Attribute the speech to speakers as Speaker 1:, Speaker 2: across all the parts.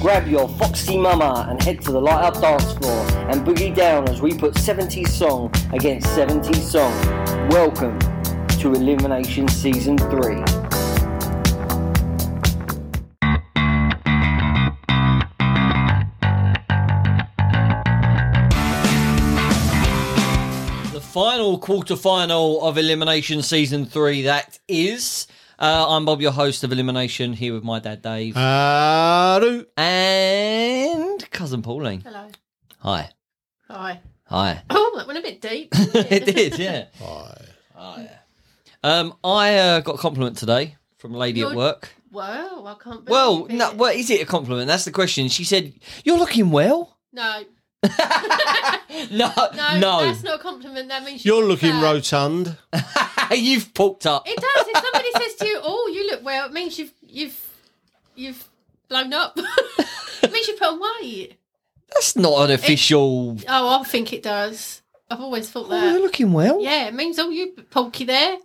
Speaker 1: grab your foxy mama and head to the light up dance floor and boogie down as we put 70s song against 70s song. Welcome to Elimination Season 3.
Speaker 2: The final quarterfinal of Elimination Season 3, that is. Uh, I'm Bob, your host of Elimination, here with my dad, Dave,
Speaker 3: Hello.
Speaker 2: and cousin Pauline.
Speaker 4: Hello.
Speaker 2: Hi.
Speaker 4: Hi.
Speaker 2: Hi.
Speaker 4: Oh, that went a bit deep.
Speaker 2: it did, yeah.
Speaker 3: Hi.
Speaker 2: Um, I uh, got a compliment today from a lady at
Speaker 4: You're-
Speaker 2: work.
Speaker 4: Whoa, I can't believe
Speaker 2: Well,
Speaker 4: it.
Speaker 2: no, well, is it a compliment? That's the question. She said, You're looking well.
Speaker 4: no,
Speaker 2: No,
Speaker 4: no,
Speaker 2: no.
Speaker 4: that's not a compliment. That means
Speaker 3: You're
Speaker 4: she's
Speaker 3: looking
Speaker 4: fat.
Speaker 3: rotund.
Speaker 2: You've poked up.
Speaker 4: It does. If somebody says to you, "Oh, you look well," it means you've you've you've blown up. it means you've put on weight.
Speaker 2: That's not an official.
Speaker 4: Oh, I think it does. I've always thought
Speaker 2: Oh, you're
Speaker 4: that.
Speaker 2: looking well.
Speaker 4: Yeah, it means oh, you pulky there.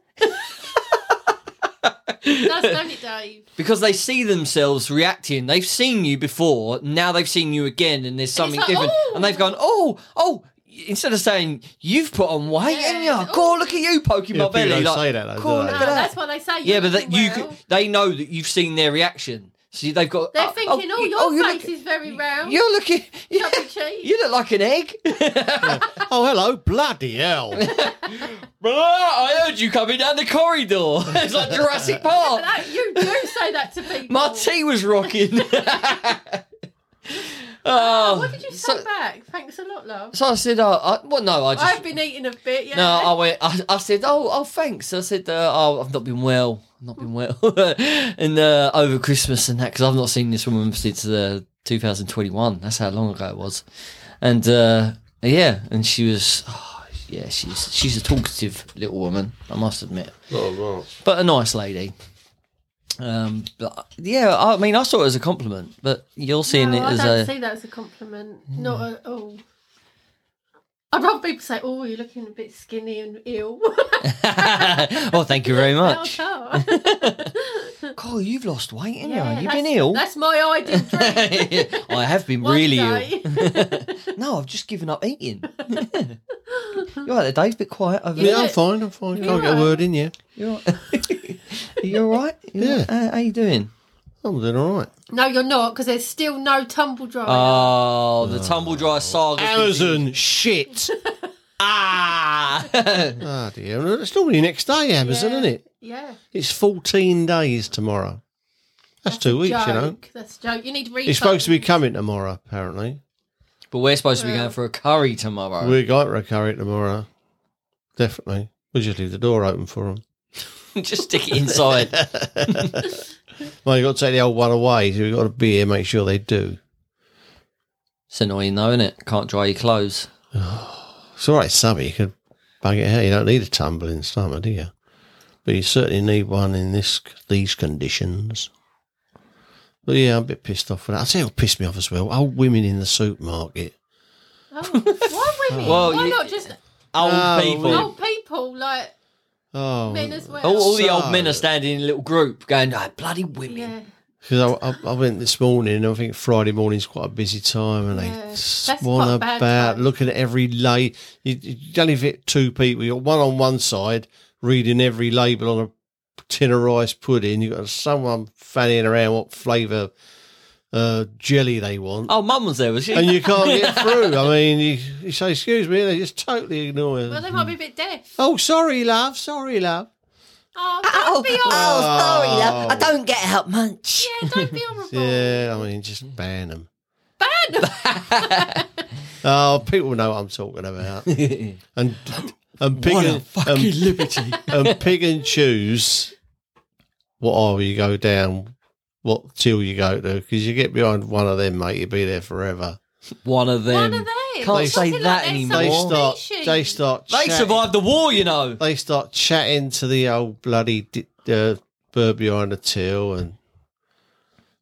Speaker 4: It does, don't it, Dave?
Speaker 2: Because they see themselves reacting. They've seen you before. Now they've seen you again, and there's something
Speaker 4: like,
Speaker 2: different.
Speaker 4: "Oh!"
Speaker 2: And they've gone, oh, oh. Instead of saying you've put on weight,
Speaker 4: Yeah,
Speaker 2: and yeah,
Speaker 4: it's,
Speaker 2: God, look at you poking
Speaker 3: Yeah,
Speaker 2: my belly.
Speaker 3: people don't
Speaker 2: like,
Speaker 3: say that, though, do
Speaker 2: "Cool, look
Speaker 3: they?"
Speaker 4: No,
Speaker 2: at
Speaker 3: No,
Speaker 2: that."
Speaker 4: Ah, that's why they say.
Speaker 2: yeah,
Speaker 4: You're
Speaker 2: but that
Speaker 4: looking
Speaker 2: you,
Speaker 4: well.
Speaker 2: could- they know that you've seen their reaction. See, they've got.
Speaker 4: They're
Speaker 2: oh,
Speaker 4: thinking, "Oh,
Speaker 2: you-
Speaker 4: your
Speaker 2: you
Speaker 4: face
Speaker 2: look-
Speaker 4: is very round."
Speaker 2: You're looking. Yeah,
Speaker 4: Chubby cheek.
Speaker 2: you look like an egg.
Speaker 3: Oh, hello. Bloody hell.
Speaker 2: Blah, I heard you coming down the corridor. it's like Jurassic
Speaker 4: But
Speaker 2: Park.
Speaker 4: that- you do say that to people.
Speaker 2: My tea was rocking. oh,
Speaker 4: Uh, What did you say
Speaker 2: so,
Speaker 4: back? Thanks a lot, love.
Speaker 2: so I said, uh, I, well, no, I just.
Speaker 4: I've been eating a bit, yeah.
Speaker 2: no, I went. I, I said, "Oh, oh, thanks." I said, uh, "Oh, I've not been well. I've not been well, and uh, over Christmas and that because I've not seen this woman since uh, 2021. That's how long ago it was." And uh, yeah, and she was, oh, yeah, she's she's a talkative little woman. I must admit
Speaker 3: oh,
Speaker 2: but a nice lady. Um, but yeah, I mean, I saw it as a compliment, but you're seeing
Speaker 4: no,
Speaker 2: it
Speaker 4: I
Speaker 2: as
Speaker 4: don't
Speaker 2: a Hmm.
Speaker 4: see that as a compliment. Not at all. I'd rather people say, "Oh, you're looking a bit skinny and ill."
Speaker 2: oh, thank you very much.
Speaker 4: yeah,
Speaker 2: Carl, you've lost weight, haven't you? You've
Speaker 4: that's-
Speaker 2: been ill.
Speaker 4: That's my ideal drink.
Speaker 2: I have been
Speaker 4: One
Speaker 2: really
Speaker 4: day.
Speaker 2: ill. No, I've just given up eating. you're right, there, Dave. A bit quiet over
Speaker 3: Yeah,
Speaker 2: there.
Speaker 3: I'm fine. I'm fine. Can't get a word in yet.
Speaker 2: You're all right. Are you all right? You all
Speaker 3: Yeah.
Speaker 2: right? How, how you doing?
Speaker 3: I'm doing all right.
Speaker 4: no, you're not, because there's still no tumble dryer.
Speaker 2: Oh, the tumble dryer saga.
Speaker 3: Amazon shit.
Speaker 2: Ah.
Speaker 3: Ah, dear. It's normally next day, Amazon,
Speaker 4: Yeah.
Speaker 3: isn't it?
Speaker 4: yeah,
Speaker 3: It's 14 days tomorrow. That's, two weeks, you know.
Speaker 4: Joke. That's a joke. You need to read.
Speaker 3: It's supposed to be coming tomorrow, apparently.
Speaker 2: but we're supposed to be
Speaker 4: Well.
Speaker 2: going for a curry tomorrow.
Speaker 3: We're going to carry it tomorrow. Definitely. We'll just leave the door open for them.
Speaker 2: just stick it inside.
Speaker 3: Well, you've got to take the old one away, so we've got to be here, make sure they do.
Speaker 2: It's annoying though, isn't it? Can't dry your clothes.
Speaker 3: It's all right, Sammy. You can bang it out. You don't need a tumbling stomach, do you? But you certainly need one in this these conditions. But yeah, I'm a bit pissed off with that. I tell you what pissed me off as well. Old women in the supermarket.
Speaker 4: Oh, why women?
Speaker 2: Well,
Speaker 4: why
Speaker 2: you-
Speaker 4: not just
Speaker 2: Old
Speaker 3: Oh,
Speaker 2: people.
Speaker 3: yeah.
Speaker 4: old people like
Speaker 3: Oh,
Speaker 4: men as well?
Speaker 2: All, all the
Speaker 3: So-
Speaker 2: old men are standing in a little group going, oh, bloody women.
Speaker 4: yeah.
Speaker 3: Because I, I, I went this morning, and I think Friday morning's quite a busy time, and
Speaker 4: Yeah,
Speaker 3: they
Speaker 4: that's quite
Speaker 3: swan
Speaker 4: a bad
Speaker 3: about
Speaker 4: time.
Speaker 3: looking at every lay. You, you only fit two people. You've got one on one side reading every label on a tin of rice pudding. You've got someone fanning around what flavour uh, jelly they want.
Speaker 2: Oh, mum was there, was she?
Speaker 3: And you can't get through. I mean, you, you say, excuse me, and they just totally ignore you.
Speaker 4: Well, they might be a bit deaf.
Speaker 3: oh, sorry, love. Sorry, love.
Speaker 4: Oh,
Speaker 2: Ah,
Speaker 4: don't be horrible.
Speaker 3: sorry, love. I
Speaker 2: don't get help much.
Speaker 4: Yeah, don't be horrible.
Speaker 3: Yeah, I mean, just ban them.
Speaker 4: Ban them.
Speaker 3: Oh, people know what I'm talking about. and and pick
Speaker 2: what a
Speaker 3: and,
Speaker 2: fucking
Speaker 3: and,
Speaker 2: liberty.
Speaker 3: and pick and choose what aisle you go down, what till you go to, because you get behind one of them, mate, you'll be there forever.
Speaker 2: One of them.
Speaker 4: One of them.
Speaker 2: Can't
Speaker 3: They-
Speaker 2: say
Speaker 4: Something
Speaker 2: that
Speaker 4: like they're
Speaker 2: anymore.
Speaker 3: They
Speaker 4: What?
Speaker 3: start,
Speaker 4: Species.
Speaker 3: they start,
Speaker 2: They
Speaker 3: chatting,
Speaker 2: survived the war, you know.
Speaker 3: They start chatting to the old bloody di- uh, bird behind the till, and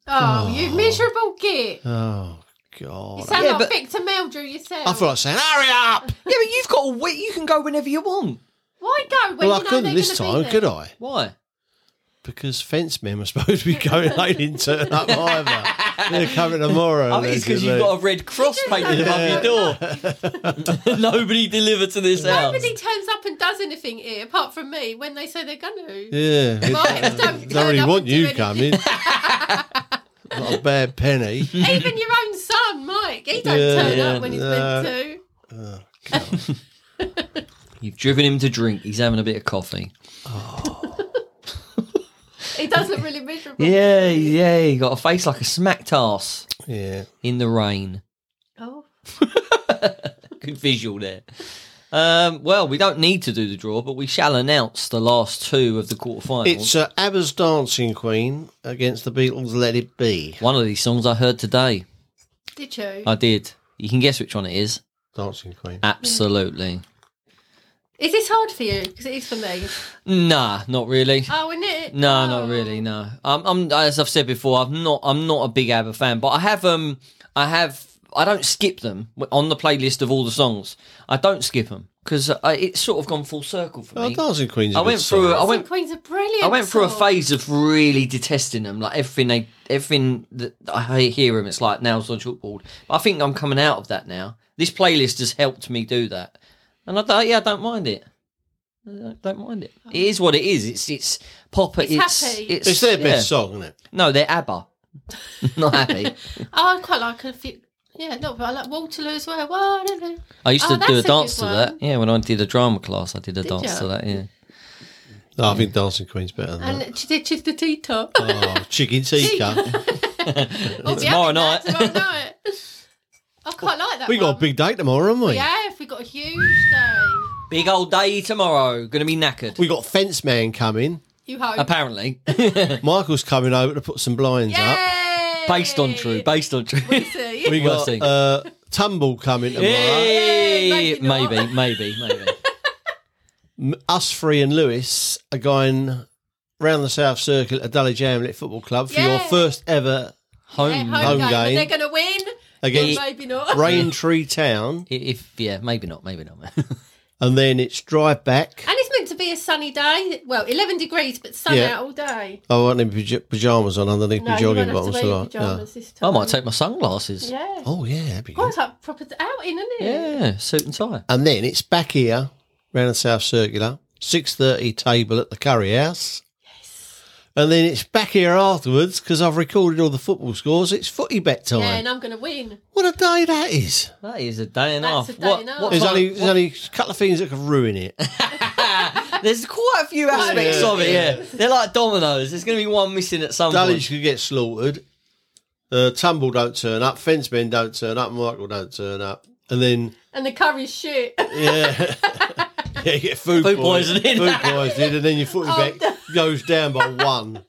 Speaker 4: Oh, you miserable git.
Speaker 3: oh
Speaker 4: You
Speaker 3: god,
Speaker 4: sound
Speaker 2: Yeah,
Speaker 4: like
Speaker 2: but-
Speaker 4: Victor Meldrew yourself.
Speaker 3: I feel like saying, hurry up.
Speaker 2: Yeah, but you've got a week. You can go whenever you want.
Speaker 4: Why go when
Speaker 3: well,
Speaker 4: you
Speaker 3: I
Speaker 4: know
Speaker 3: couldn't
Speaker 4: they're
Speaker 3: this
Speaker 4: gonna
Speaker 3: time,
Speaker 4: be
Speaker 3: could
Speaker 4: there?
Speaker 3: I?
Speaker 2: Why?
Speaker 3: Because fence men were supposed to be going, they didn't turn up either. They're covering a Moro.
Speaker 2: I think it's because you've got a red cross painted above your door. Nobody delivered to this house.
Speaker 4: Nobody turns up and does anything here apart from me when they say they're going to.
Speaker 3: Yeah. it-
Speaker 4: Right, don't
Speaker 3: Don't
Speaker 4: turn
Speaker 3: really
Speaker 4: up
Speaker 3: want
Speaker 4: and do
Speaker 3: you
Speaker 4: anything.
Speaker 3: coming. Not a bad penny.
Speaker 4: Even your own son, Mike, he don't
Speaker 3: Yeah,
Speaker 4: turn
Speaker 2: yeah,
Speaker 4: up when he's
Speaker 3: no.
Speaker 4: meant to.
Speaker 2: You've driven him to drink. He's having a bit of coffee.
Speaker 4: He does look really miserable.
Speaker 2: Yeah, yeah. He got a face like a smacked ass
Speaker 3: Yeah.
Speaker 2: in the rain.
Speaker 4: Oh,
Speaker 2: Good visual there. Um, well, we don't need to do the draw, but we shall announce the last two of the quarterfinals.
Speaker 3: It's uh, ABBA's Dancing Queen against the Beatles' Let It Be.
Speaker 2: One of these songs I heard today.
Speaker 4: did you?
Speaker 2: I did. You can guess which one it is.
Speaker 3: Dancing Queen.
Speaker 2: Absolutely.
Speaker 4: Is this hard for you? Because it is for me.
Speaker 2: Nah, not really.
Speaker 4: Oh, isn't it?
Speaker 2: No,
Speaker 4: Oh.
Speaker 2: not really. No, I'm, I'm. As I've said before, I'm not. I'm not a big ABBA fan, but I have. Um, I have. I don't skip them on the playlist of all the songs. I don't skip them because it's sort of gone full circle for
Speaker 3: Oh,
Speaker 2: me.
Speaker 3: Dancing Queen's a
Speaker 2: I
Speaker 3: good
Speaker 2: went through.
Speaker 3: song.
Speaker 2: I
Speaker 4: Dancing
Speaker 2: went.
Speaker 4: Queen's a brilliant.
Speaker 2: I went through a
Speaker 4: song.
Speaker 2: phase of really detesting them. Like everything they, everything that I hear them, it's like nails on chalkboard. But I think I'm coming out of that now. This playlist has helped me do that, and I don't. Yeah, I don't mind it. I don't- don't mind it. It is what it is. It's it's pop. It's
Speaker 4: It's happy.
Speaker 2: It's,
Speaker 3: It's their
Speaker 2: yeah.
Speaker 3: best song, isn't it?
Speaker 2: No, they're ABBA. Not happy.
Speaker 4: Oh, I quite like a few. Yeah, a little bit. I like Waterloo as well. Waterloo.
Speaker 2: I used to
Speaker 4: Oh, that's
Speaker 2: do a
Speaker 4: a good
Speaker 2: dance to
Speaker 4: one.
Speaker 2: that. Yeah, when I did a drama class, I did a dance
Speaker 4: ya?
Speaker 2: to that. Yeah.
Speaker 3: No, I think Dancing Queen's better than that.
Speaker 4: And she did just the tea top.
Speaker 3: Oh, Chicken Tikka.
Speaker 4: We'll be having
Speaker 2: tomorrow
Speaker 4: that
Speaker 2: night.
Speaker 4: Tomorrow night. I quite like that.
Speaker 3: we got a
Speaker 4: one.
Speaker 3: big day tomorrow, haven't we?
Speaker 4: Yeah, if we got a huge day,
Speaker 2: Big old day tomorrow. Gonna be knackered.
Speaker 3: We got Fence Man coming.
Speaker 4: you hope.
Speaker 2: Apparently.
Speaker 3: Michael's coming over to put some blinds up.
Speaker 4: Yay!
Speaker 2: based on true. Based on true.
Speaker 4: See?
Speaker 3: We
Speaker 2: We'll
Speaker 3: got
Speaker 2: see.
Speaker 3: uh, Tumble coming tomorrow.
Speaker 2: Hey,
Speaker 4: maybe not.
Speaker 2: maybe, maybe, maybe.
Speaker 3: M- Us three and Lewis are going round the South Circle at Dulwich Hamlet Football Club for your
Speaker 4: Yeah.
Speaker 3: first ever
Speaker 2: Home.
Speaker 4: Yeah, home,
Speaker 3: Home
Speaker 4: game.
Speaker 3: game.
Speaker 4: They're going to win.
Speaker 3: against
Speaker 4: Maybe not.
Speaker 3: Rain Tree Town,
Speaker 2: I- If yeah, maybe not, maybe not.
Speaker 3: and then it's drive back.
Speaker 4: And it's meant to be a sunny day. Well, 11 degrees, but sun
Speaker 3: Yeah.
Speaker 4: out all day.
Speaker 3: Oh, I want them paj- pajamas on underneath
Speaker 4: No,
Speaker 3: my
Speaker 4: you won't have
Speaker 3: jogging
Speaker 4: to
Speaker 3: bottoms.
Speaker 4: wear
Speaker 3: so
Speaker 4: your
Speaker 3: like, yeah.
Speaker 4: pajamas this
Speaker 2: I
Speaker 4: time.
Speaker 2: might take my sunglasses. Yeah.
Speaker 4: Yeah.
Speaker 3: Oh yeah, that'd be
Speaker 4: Oh,
Speaker 3: good.
Speaker 4: it's like proper outing, isn't it?
Speaker 2: suit and tie.
Speaker 3: And then it's back here round the South Circular, six thirty table at the Curry House. And then it's back here afterwards because I've recorded all the football scores. It's footy bet time.
Speaker 4: Yeah, and I'm going to win.
Speaker 3: What a day that is!
Speaker 2: That is a day and a half.
Speaker 4: That's a day
Speaker 2: what,
Speaker 4: and a
Speaker 2: what
Speaker 4: half.
Speaker 3: There's
Speaker 2: time-
Speaker 3: only, there's only a couple of things that could ruin it.
Speaker 2: There's quite a few aspects of it. Yeah, they're like dominoes. There's going to be one missing at some
Speaker 3: Dulwich
Speaker 2: point.
Speaker 3: could get slaughtered. Uh, Tumble don't turn up. Fencemen don't turn up. Michael don't turn up. And then
Speaker 4: And the curry's shit.
Speaker 3: yeah, yeah, you get food,
Speaker 2: Food
Speaker 3: poison-
Speaker 2: poisoning.
Speaker 3: Food poisoning, and then your footy bet goes down by one.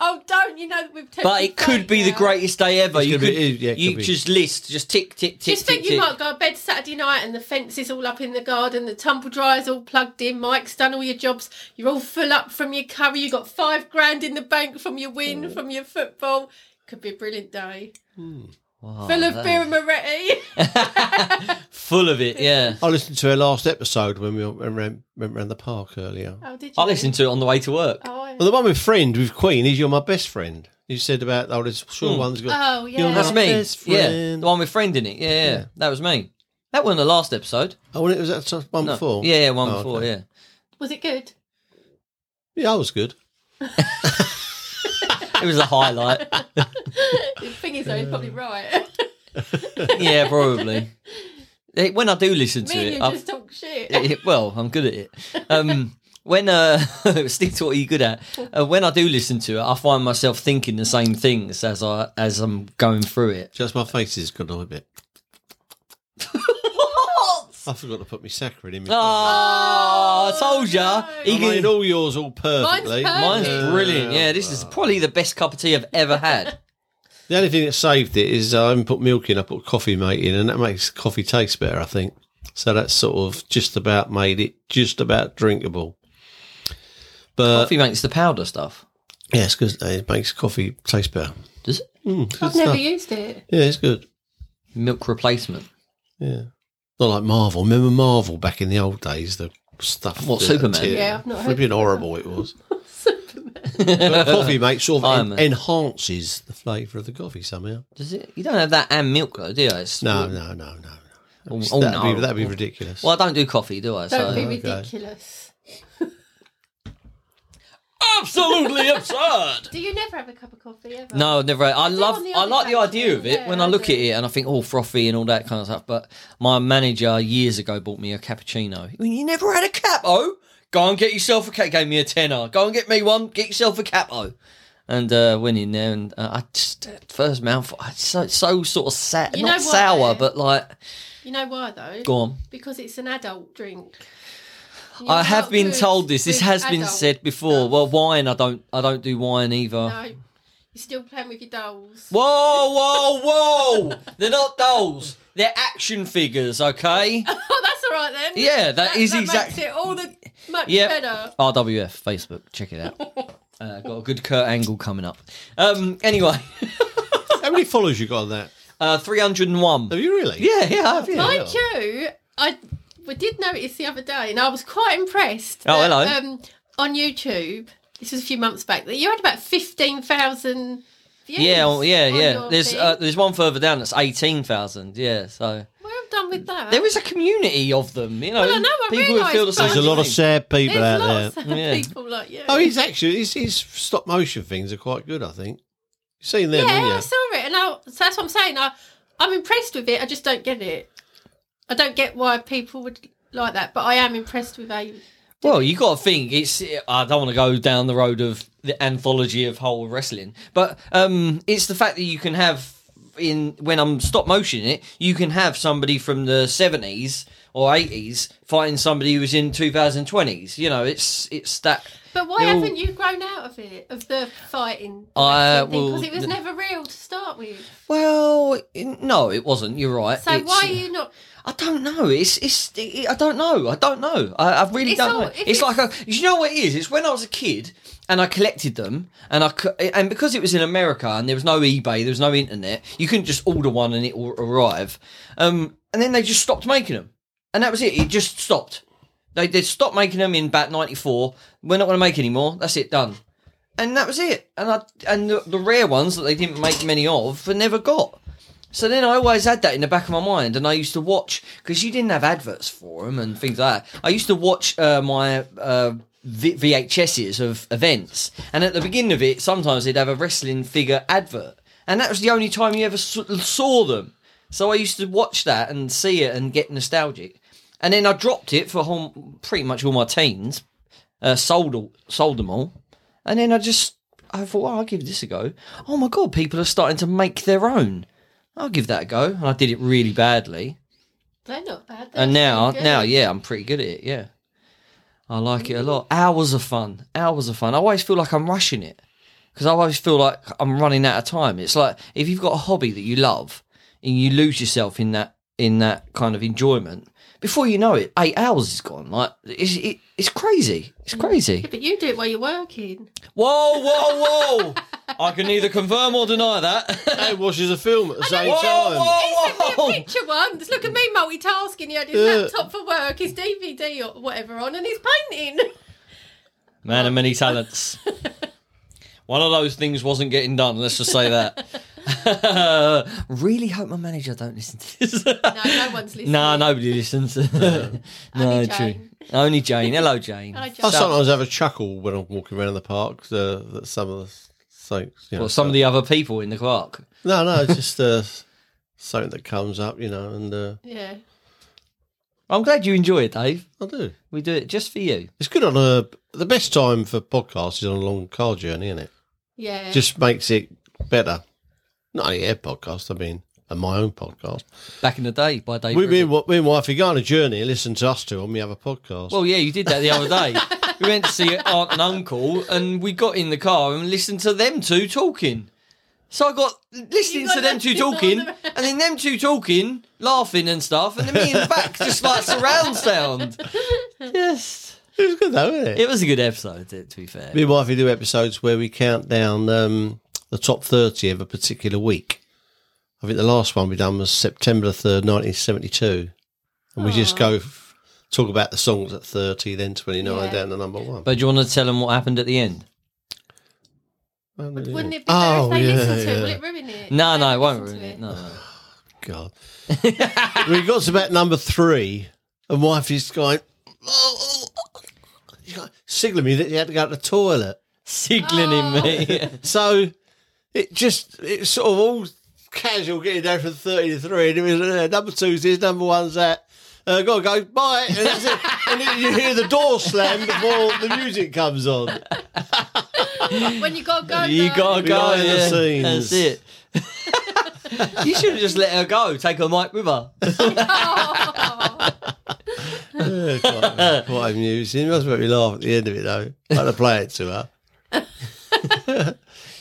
Speaker 4: oh, don't you know that we've
Speaker 2: But it could be the greatest day ever.
Speaker 3: It's
Speaker 2: You
Speaker 3: gonna
Speaker 2: could,
Speaker 3: be- it is, yeah, it
Speaker 2: you
Speaker 3: could be.
Speaker 2: just list, just tick, tick, tick,
Speaker 4: Just
Speaker 2: tick,
Speaker 4: think you
Speaker 2: tick.
Speaker 4: might go to bed Saturday night and the fence is all up in the garden, the tumble dryer's all plugged in, Mike's done all your jobs, you're all full up from your curry, you got five grand in the bank from your win,
Speaker 2: Mm.
Speaker 4: from your football. Could be a brilliant day.
Speaker 2: Wow,
Speaker 4: Full of
Speaker 2: that-
Speaker 4: beer and Moretti.
Speaker 2: full of it. Yeah,
Speaker 3: I listened to her last episode when we went round, went round the park earlier.
Speaker 4: oh, did you?
Speaker 2: I listened to it on the way to work.
Speaker 4: Oh, yeah.
Speaker 3: Well, the one with friend with Queen is "You're My Best Friend." You said about oh, this
Speaker 2: Hmm.
Speaker 3: sure one's got
Speaker 4: oh, yeah.
Speaker 3: You're
Speaker 2: That's
Speaker 3: my
Speaker 2: me.
Speaker 3: best
Speaker 2: Yeah, the
Speaker 3: friend.
Speaker 2: one with friend in it. Yeah, yeah, that was me. That wasn't the last episode.
Speaker 3: oh, well, it was that t- one
Speaker 2: No.
Speaker 3: before.
Speaker 2: Yeah, yeah, one
Speaker 3: Oh,
Speaker 2: before.
Speaker 3: okay.
Speaker 2: Yeah.
Speaker 4: Was it good?
Speaker 3: yeah, I was good.
Speaker 2: It was a highlight.
Speaker 4: The thing is, though, he's
Speaker 2: Uh,
Speaker 4: probably right.
Speaker 2: yeah, probably. It- when I do listen to
Speaker 4: Me and
Speaker 2: it,
Speaker 4: you
Speaker 2: I've-
Speaker 4: just talk shit.
Speaker 2: it- it- well, I'm good at it. Um, when uh, stick to what you're good at. Uh, when I do listen to it, I find myself thinking the same things as I as I'm going through it.
Speaker 3: Just my face is good on a bit. I forgot to put my saccharin in. My
Speaker 4: Ah,
Speaker 3: coffee.
Speaker 2: Oh, I told ya.
Speaker 3: I
Speaker 2: He can-
Speaker 3: made all yours all perfectly.
Speaker 4: perfect.
Speaker 2: mine's
Speaker 4: Yeah.
Speaker 2: brilliant. Yeah, this is probably the best cup of tea I've ever had.
Speaker 3: The only thing that saved it is uh, I haven't put milk in. I put coffee mate in, and that makes coffee taste better. I think so. That's sort of just about made it just about drinkable. But
Speaker 2: Coffee makes the powder stuff.
Speaker 3: yes, because it makes coffee taste better.
Speaker 2: Does it?
Speaker 3: Mm, good
Speaker 4: I've never
Speaker 3: stuff.
Speaker 4: used it.
Speaker 3: Yeah, it's good.
Speaker 2: Milk replacement.
Speaker 3: Yeah. Not like Marvel. Remember Marvel back in the old days, the stuff.
Speaker 2: What,
Speaker 3: that-
Speaker 2: Superman?
Speaker 4: Yeah, I've not heard
Speaker 3: Flipping horrible it was. But coffee, mate, sort of en-
Speaker 2: Ironman.
Speaker 3: enhances the flavour of the coffee somehow.
Speaker 2: Does it? You don't have that and milk though, do you? It's
Speaker 3: No, no, no, no. no.
Speaker 2: Oh,
Speaker 3: It's-
Speaker 2: oh,
Speaker 3: that'd,
Speaker 2: no.
Speaker 3: be, that'd be ridiculous.
Speaker 2: Well, I don't do coffee, do I?
Speaker 4: Don't
Speaker 2: so
Speaker 4: be
Speaker 3: okay.
Speaker 4: ridiculous.
Speaker 2: absolutely absurd.
Speaker 4: Do you never have a cup of coffee ever?
Speaker 2: No, I've never. I love.
Speaker 4: on the
Speaker 2: I
Speaker 4: other
Speaker 2: like the
Speaker 4: side,
Speaker 2: idea of it
Speaker 4: yeah,
Speaker 2: when I
Speaker 4: I
Speaker 2: look
Speaker 4: do.
Speaker 2: at it and I think, oh, frothy and all that kind of stuff. But my manager years ago bought me a cappuccino. Well, you never had a capo? Go and get yourself a cap. Gave me a tenner. Go and get me one. Get yourself a capo. And uh, went in there, and uh, I just at first mouthful. I so, so sort of sa-
Speaker 4: You know
Speaker 2: not
Speaker 4: what,
Speaker 2: sour,
Speaker 4: though?
Speaker 2: but like
Speaker 4: You know why though?
Speaker 2: go on.
Speaker 4: Because it's an adult drink.
Speaker 2: I
Speaker 4: You're
Speaker 2: have
Speaker 4: not
Speaker 2: been
Speaker 4: good
Speaker 2: told this. This
Speaker 4: with
Speaker 2: has been
Speaker 4: adult
Speaker 2: said before.
Speaker 4: stuff.
Speaker 2: Well, wine. I don't. I don't do wine either.
Speaker 4: No, you're still playing with your dolls.
Speaker 2: Whoa, whoa, whoa! They're not dolls. They're action figures, okay?
Speaker 4: Oh, that's all right then.
Speaker 2: Yeah, that is
Speaker 4: that
Speaker 2: exact-
Speaker 4: Makes it all the much
Speaker 2: Yep.
Speaker 4: better.
Speaker 2: RWF Facebook, check it out. Uh, got a good Kurt Angle coming up. Um, anyway,
Speaker 3: How many followers you got on that?
Speaker 2: uh, three hundred and one.
Speaker 3: Have you really?
Speaker 2: Yeah, yeah, I have, yeah.
Speaker 4: Mind you, I we did notice the other day, and I was quite impressed.
Speaker 2: Oh, hello.
Speaker 4: Um, on YouTube, this was a few months back. That you had about fifteen thousand views.
Speaker 2: Yeah, well, yeah,
Speaker 4: on
Speaker 2: yeah.
Speaker 4: your
Speaker 2: There's
Speaker 4: thing.
Speaker 2: uh, there's one further down that's eighteen thousand. Yeah, so
Speaker 4: well done with that.
Speaker 2: there is a community of them. You know,
Speaker 4: Well, I know, I
Speaker 2: people who feel the
Speaker 4: realise, but-
Speaker 2: same.
Speaker 3: There's a lot of
Speaker 2: thing.
Speaker 3: sad people
Speaker 4: There's
Speaker 3: out there.
Speaker 4: lots of
Speaker 2: Yeah.
Speaker 4: people like you.
Speaker 3: Oh, he's actually his, his stop motion things are quite good. I think you've seen them,
Speaker 4: yeah, I
Speaker 3: haven't
Speaker 4: saw it, and I, so that's what I'm saying. I, I'm impressed with it. I just don't get it. I don't get why people would like that, but I am impressed with a.
Speaker 2: Well, you got to think it's. I don't want to go down the road of the anthology of whole wrestling, but um, it's the fact that you can have in when I'm stop motion it, you can have somebody from the seventies or eighties fighting somebody who was in 2020s. You know, it's it's that.
Speaker 4: But why
Speaker 2: They're all-
Speaker 4: haven't you grown out of it, of the fighting?
Speaker 2: I
Speaker 4: Because
Speaker 2: will-
Speaker 4: it was never real to start with.
Speaker 2: Well, in- no, it wasn't. You're right.
Speaker 4: So
Speaker 2: It's-
Speaker 4: why are you not?
Speaker 2: I don't know. It's it's. It, I don't know. I don't know. I, I really
Speaker 4: It's
Speaker 2: don't
Speaker 4: all-
Speaker 2: know.
Speaker 4: if
Speaker 2: It's
Speaker 4: it's-
Speaker 2: like a, you know what it is. It's when I was a kid and I collected them and I co- and because it was in America and there was no eBay, there was no internet. You couldn't just order one and it will arrive. Um, and then they just stopped making them, and that was it. It just stopped. They they stopped making them in about '94. We're not going to make any more. That's it. Done. And that was it. And I and the, the rare ones that they didn't make many of, I never got. So then I always had that in the back of my mind, and I used to watch because you didn't have adverts for them and things like that. I used to watch uh, my uh, v- VHSs of events, and at the beginning of it, sometimes they'd have a wrestling figure advert, and that was the only time you ever s- saw them. So I used to watch that and see it and get nostalgic, and then I dropped it for whole, pretty much all my teens, uh, sold all, sold them all, and then I just I thought, well, I'll give this a go. Oh my god, people are starting to make their own. I'll give that a go. And I did it really badly.
Speaker 4: They're not bad. they're
Speaker 2: And now,
Speaker 4: pretty good.
Speaker 2: now, yeah, I'm pretty good at it. Yeah, I like it a lot. Hours of fun. Hours of fun. I always feel like I'm rushing it because I always feel like I'm running out of time. It's like if you've got a hobby that you love and you lose yourself in that in that kind of enjoyment, before you know it, eight hours is gone. Like it's it, it's crazy.
Speaker 4: Mm.
Speaker 2: It's crazy.
Speaker 4: Yeah, but you do it while you're working.
Speaker 2: Whoa, whoa, whoa! I can neither confirm or deny that.
Speaker 3: you? They watches a film at the same
Speaker 2: Whoa,
Speaker 3: time.
Speaker 2: whoa, Uh.
Speaker 4: Oh.
Speaker 2: whoa!
Speaker 4: Picture one. Just look at me multitasking. He had his
Speaker 3: Yeah.
Speaker 4: laptop for work, his DVD or whatever on, and he's painting.
Speaker 2: Man of many talents. One of those things wasn't getting done. Let's just say that. really hope my manager don't listen to this.
Speaker 4: No, no one's listening.
Speaker 2: no, nobody listens. no,
Speaker 4: Only
Speaker 2: true.
Speaker 4: Jane.
Speaker 2: Only Jane. Hello, Jane.
Speaker 4: Hi, Jane. So-
Speaker 3: I sometimes have a chuckle when I'm walking around the park. The, that some of the things, you know,
Speaker 2: Well, some of the other people in the clerk.
Speaker 3: no, no, it's just uh, something that comes up, you know, and uh,
Speaker 4: Yeah.
Speaker 2: I'm glad you enjoy it, Dave.
Speaker 3: I do.
Speaker 2: We do it just for you.
Speaker 3: It's good on a the best time for podcasts is on a long car journey, isn't it?
Speaker 4: Yeah.
Speaker 3: Just makes it better. Not only a podcast, I mean, and my own podcast.
Speaker 2: Back in the day by Dave.
Speaker 3: We, me,
Speaker 2: Ribbon.
Speaker 3: and, wa- me and wifey go on a journey, listen to us two on the other podcast.
Speaker 2: Well, yeah, you did that the other day. we went to see aunt and uncle, and we got in the car and listened to them two talking. So I got listening
Speaker 4: You got
Speaker 2: to them two
Speaker 4: nothing on
Speaker 2: talking,
Speaker 4: the-
Speaker 2: and then them two talking, laughing and stuff, and then me in the back just like surround sound. Yes,
Speaker 3: it was good though, wasn't it?
Speaker 2: it was a good episode. To to be fair,
Speaker 3: Me and wifey do episodes where we count down um, the top 30 of a particular week. I think the last one we done was September the 3rd, 1972. And we just go f- talk about the songs at 30, then 29,
Speaker 4: Yeah.
Speaker 3: down to number one.
Speaker 2: but do you want to tell them what happened at the end?
Speaker 3: I'm gonna do
Speaker 4: Wouldn't it be
Speaker 3: Oh,
Speaker 4: better if they
Speaker 3: yeah,
Speaker 4: listened to it?
Speaker 3: yeah.
Speaker 4: Will it ruin it?
Speaker 2: No,
Speaker 4: They
Speaker 2: no, it won't
Speaker 4: listen
Speaker 2: ruin
Speaker 4: to
Speaker 2: it. No, no.
Speaker 3: God. we got to about number three, and wife is going, oh, oh, oh." She's like, signaling me that you had to go to the toilet.
Speaker 2: Signaling
Speaker 4: Oh,
Speaker 2: me.
Speaker 3: So it just, it's sort of all casual getting down from 30 to 3. And it was uh, number two's this, number one's that. Uh, gotta go, bye. And, that's it. and then you hear the door slam before the music comes on.
Speaker 4: When you gotta go,
Speaker 2: you
Speaker 4: though.
Speaker 2: gotta go.
Speaker 3: Behind the
Speaker 2: yeah.
Speaker 3: scenes.
Speaker 2: That's it. you should have just let her go. Take her mic with her.
Speaker 4: Oh.
Speaker 3: Yeah, quite, quite amusing. It must make me laugh at the end of it though. I had to play it to her.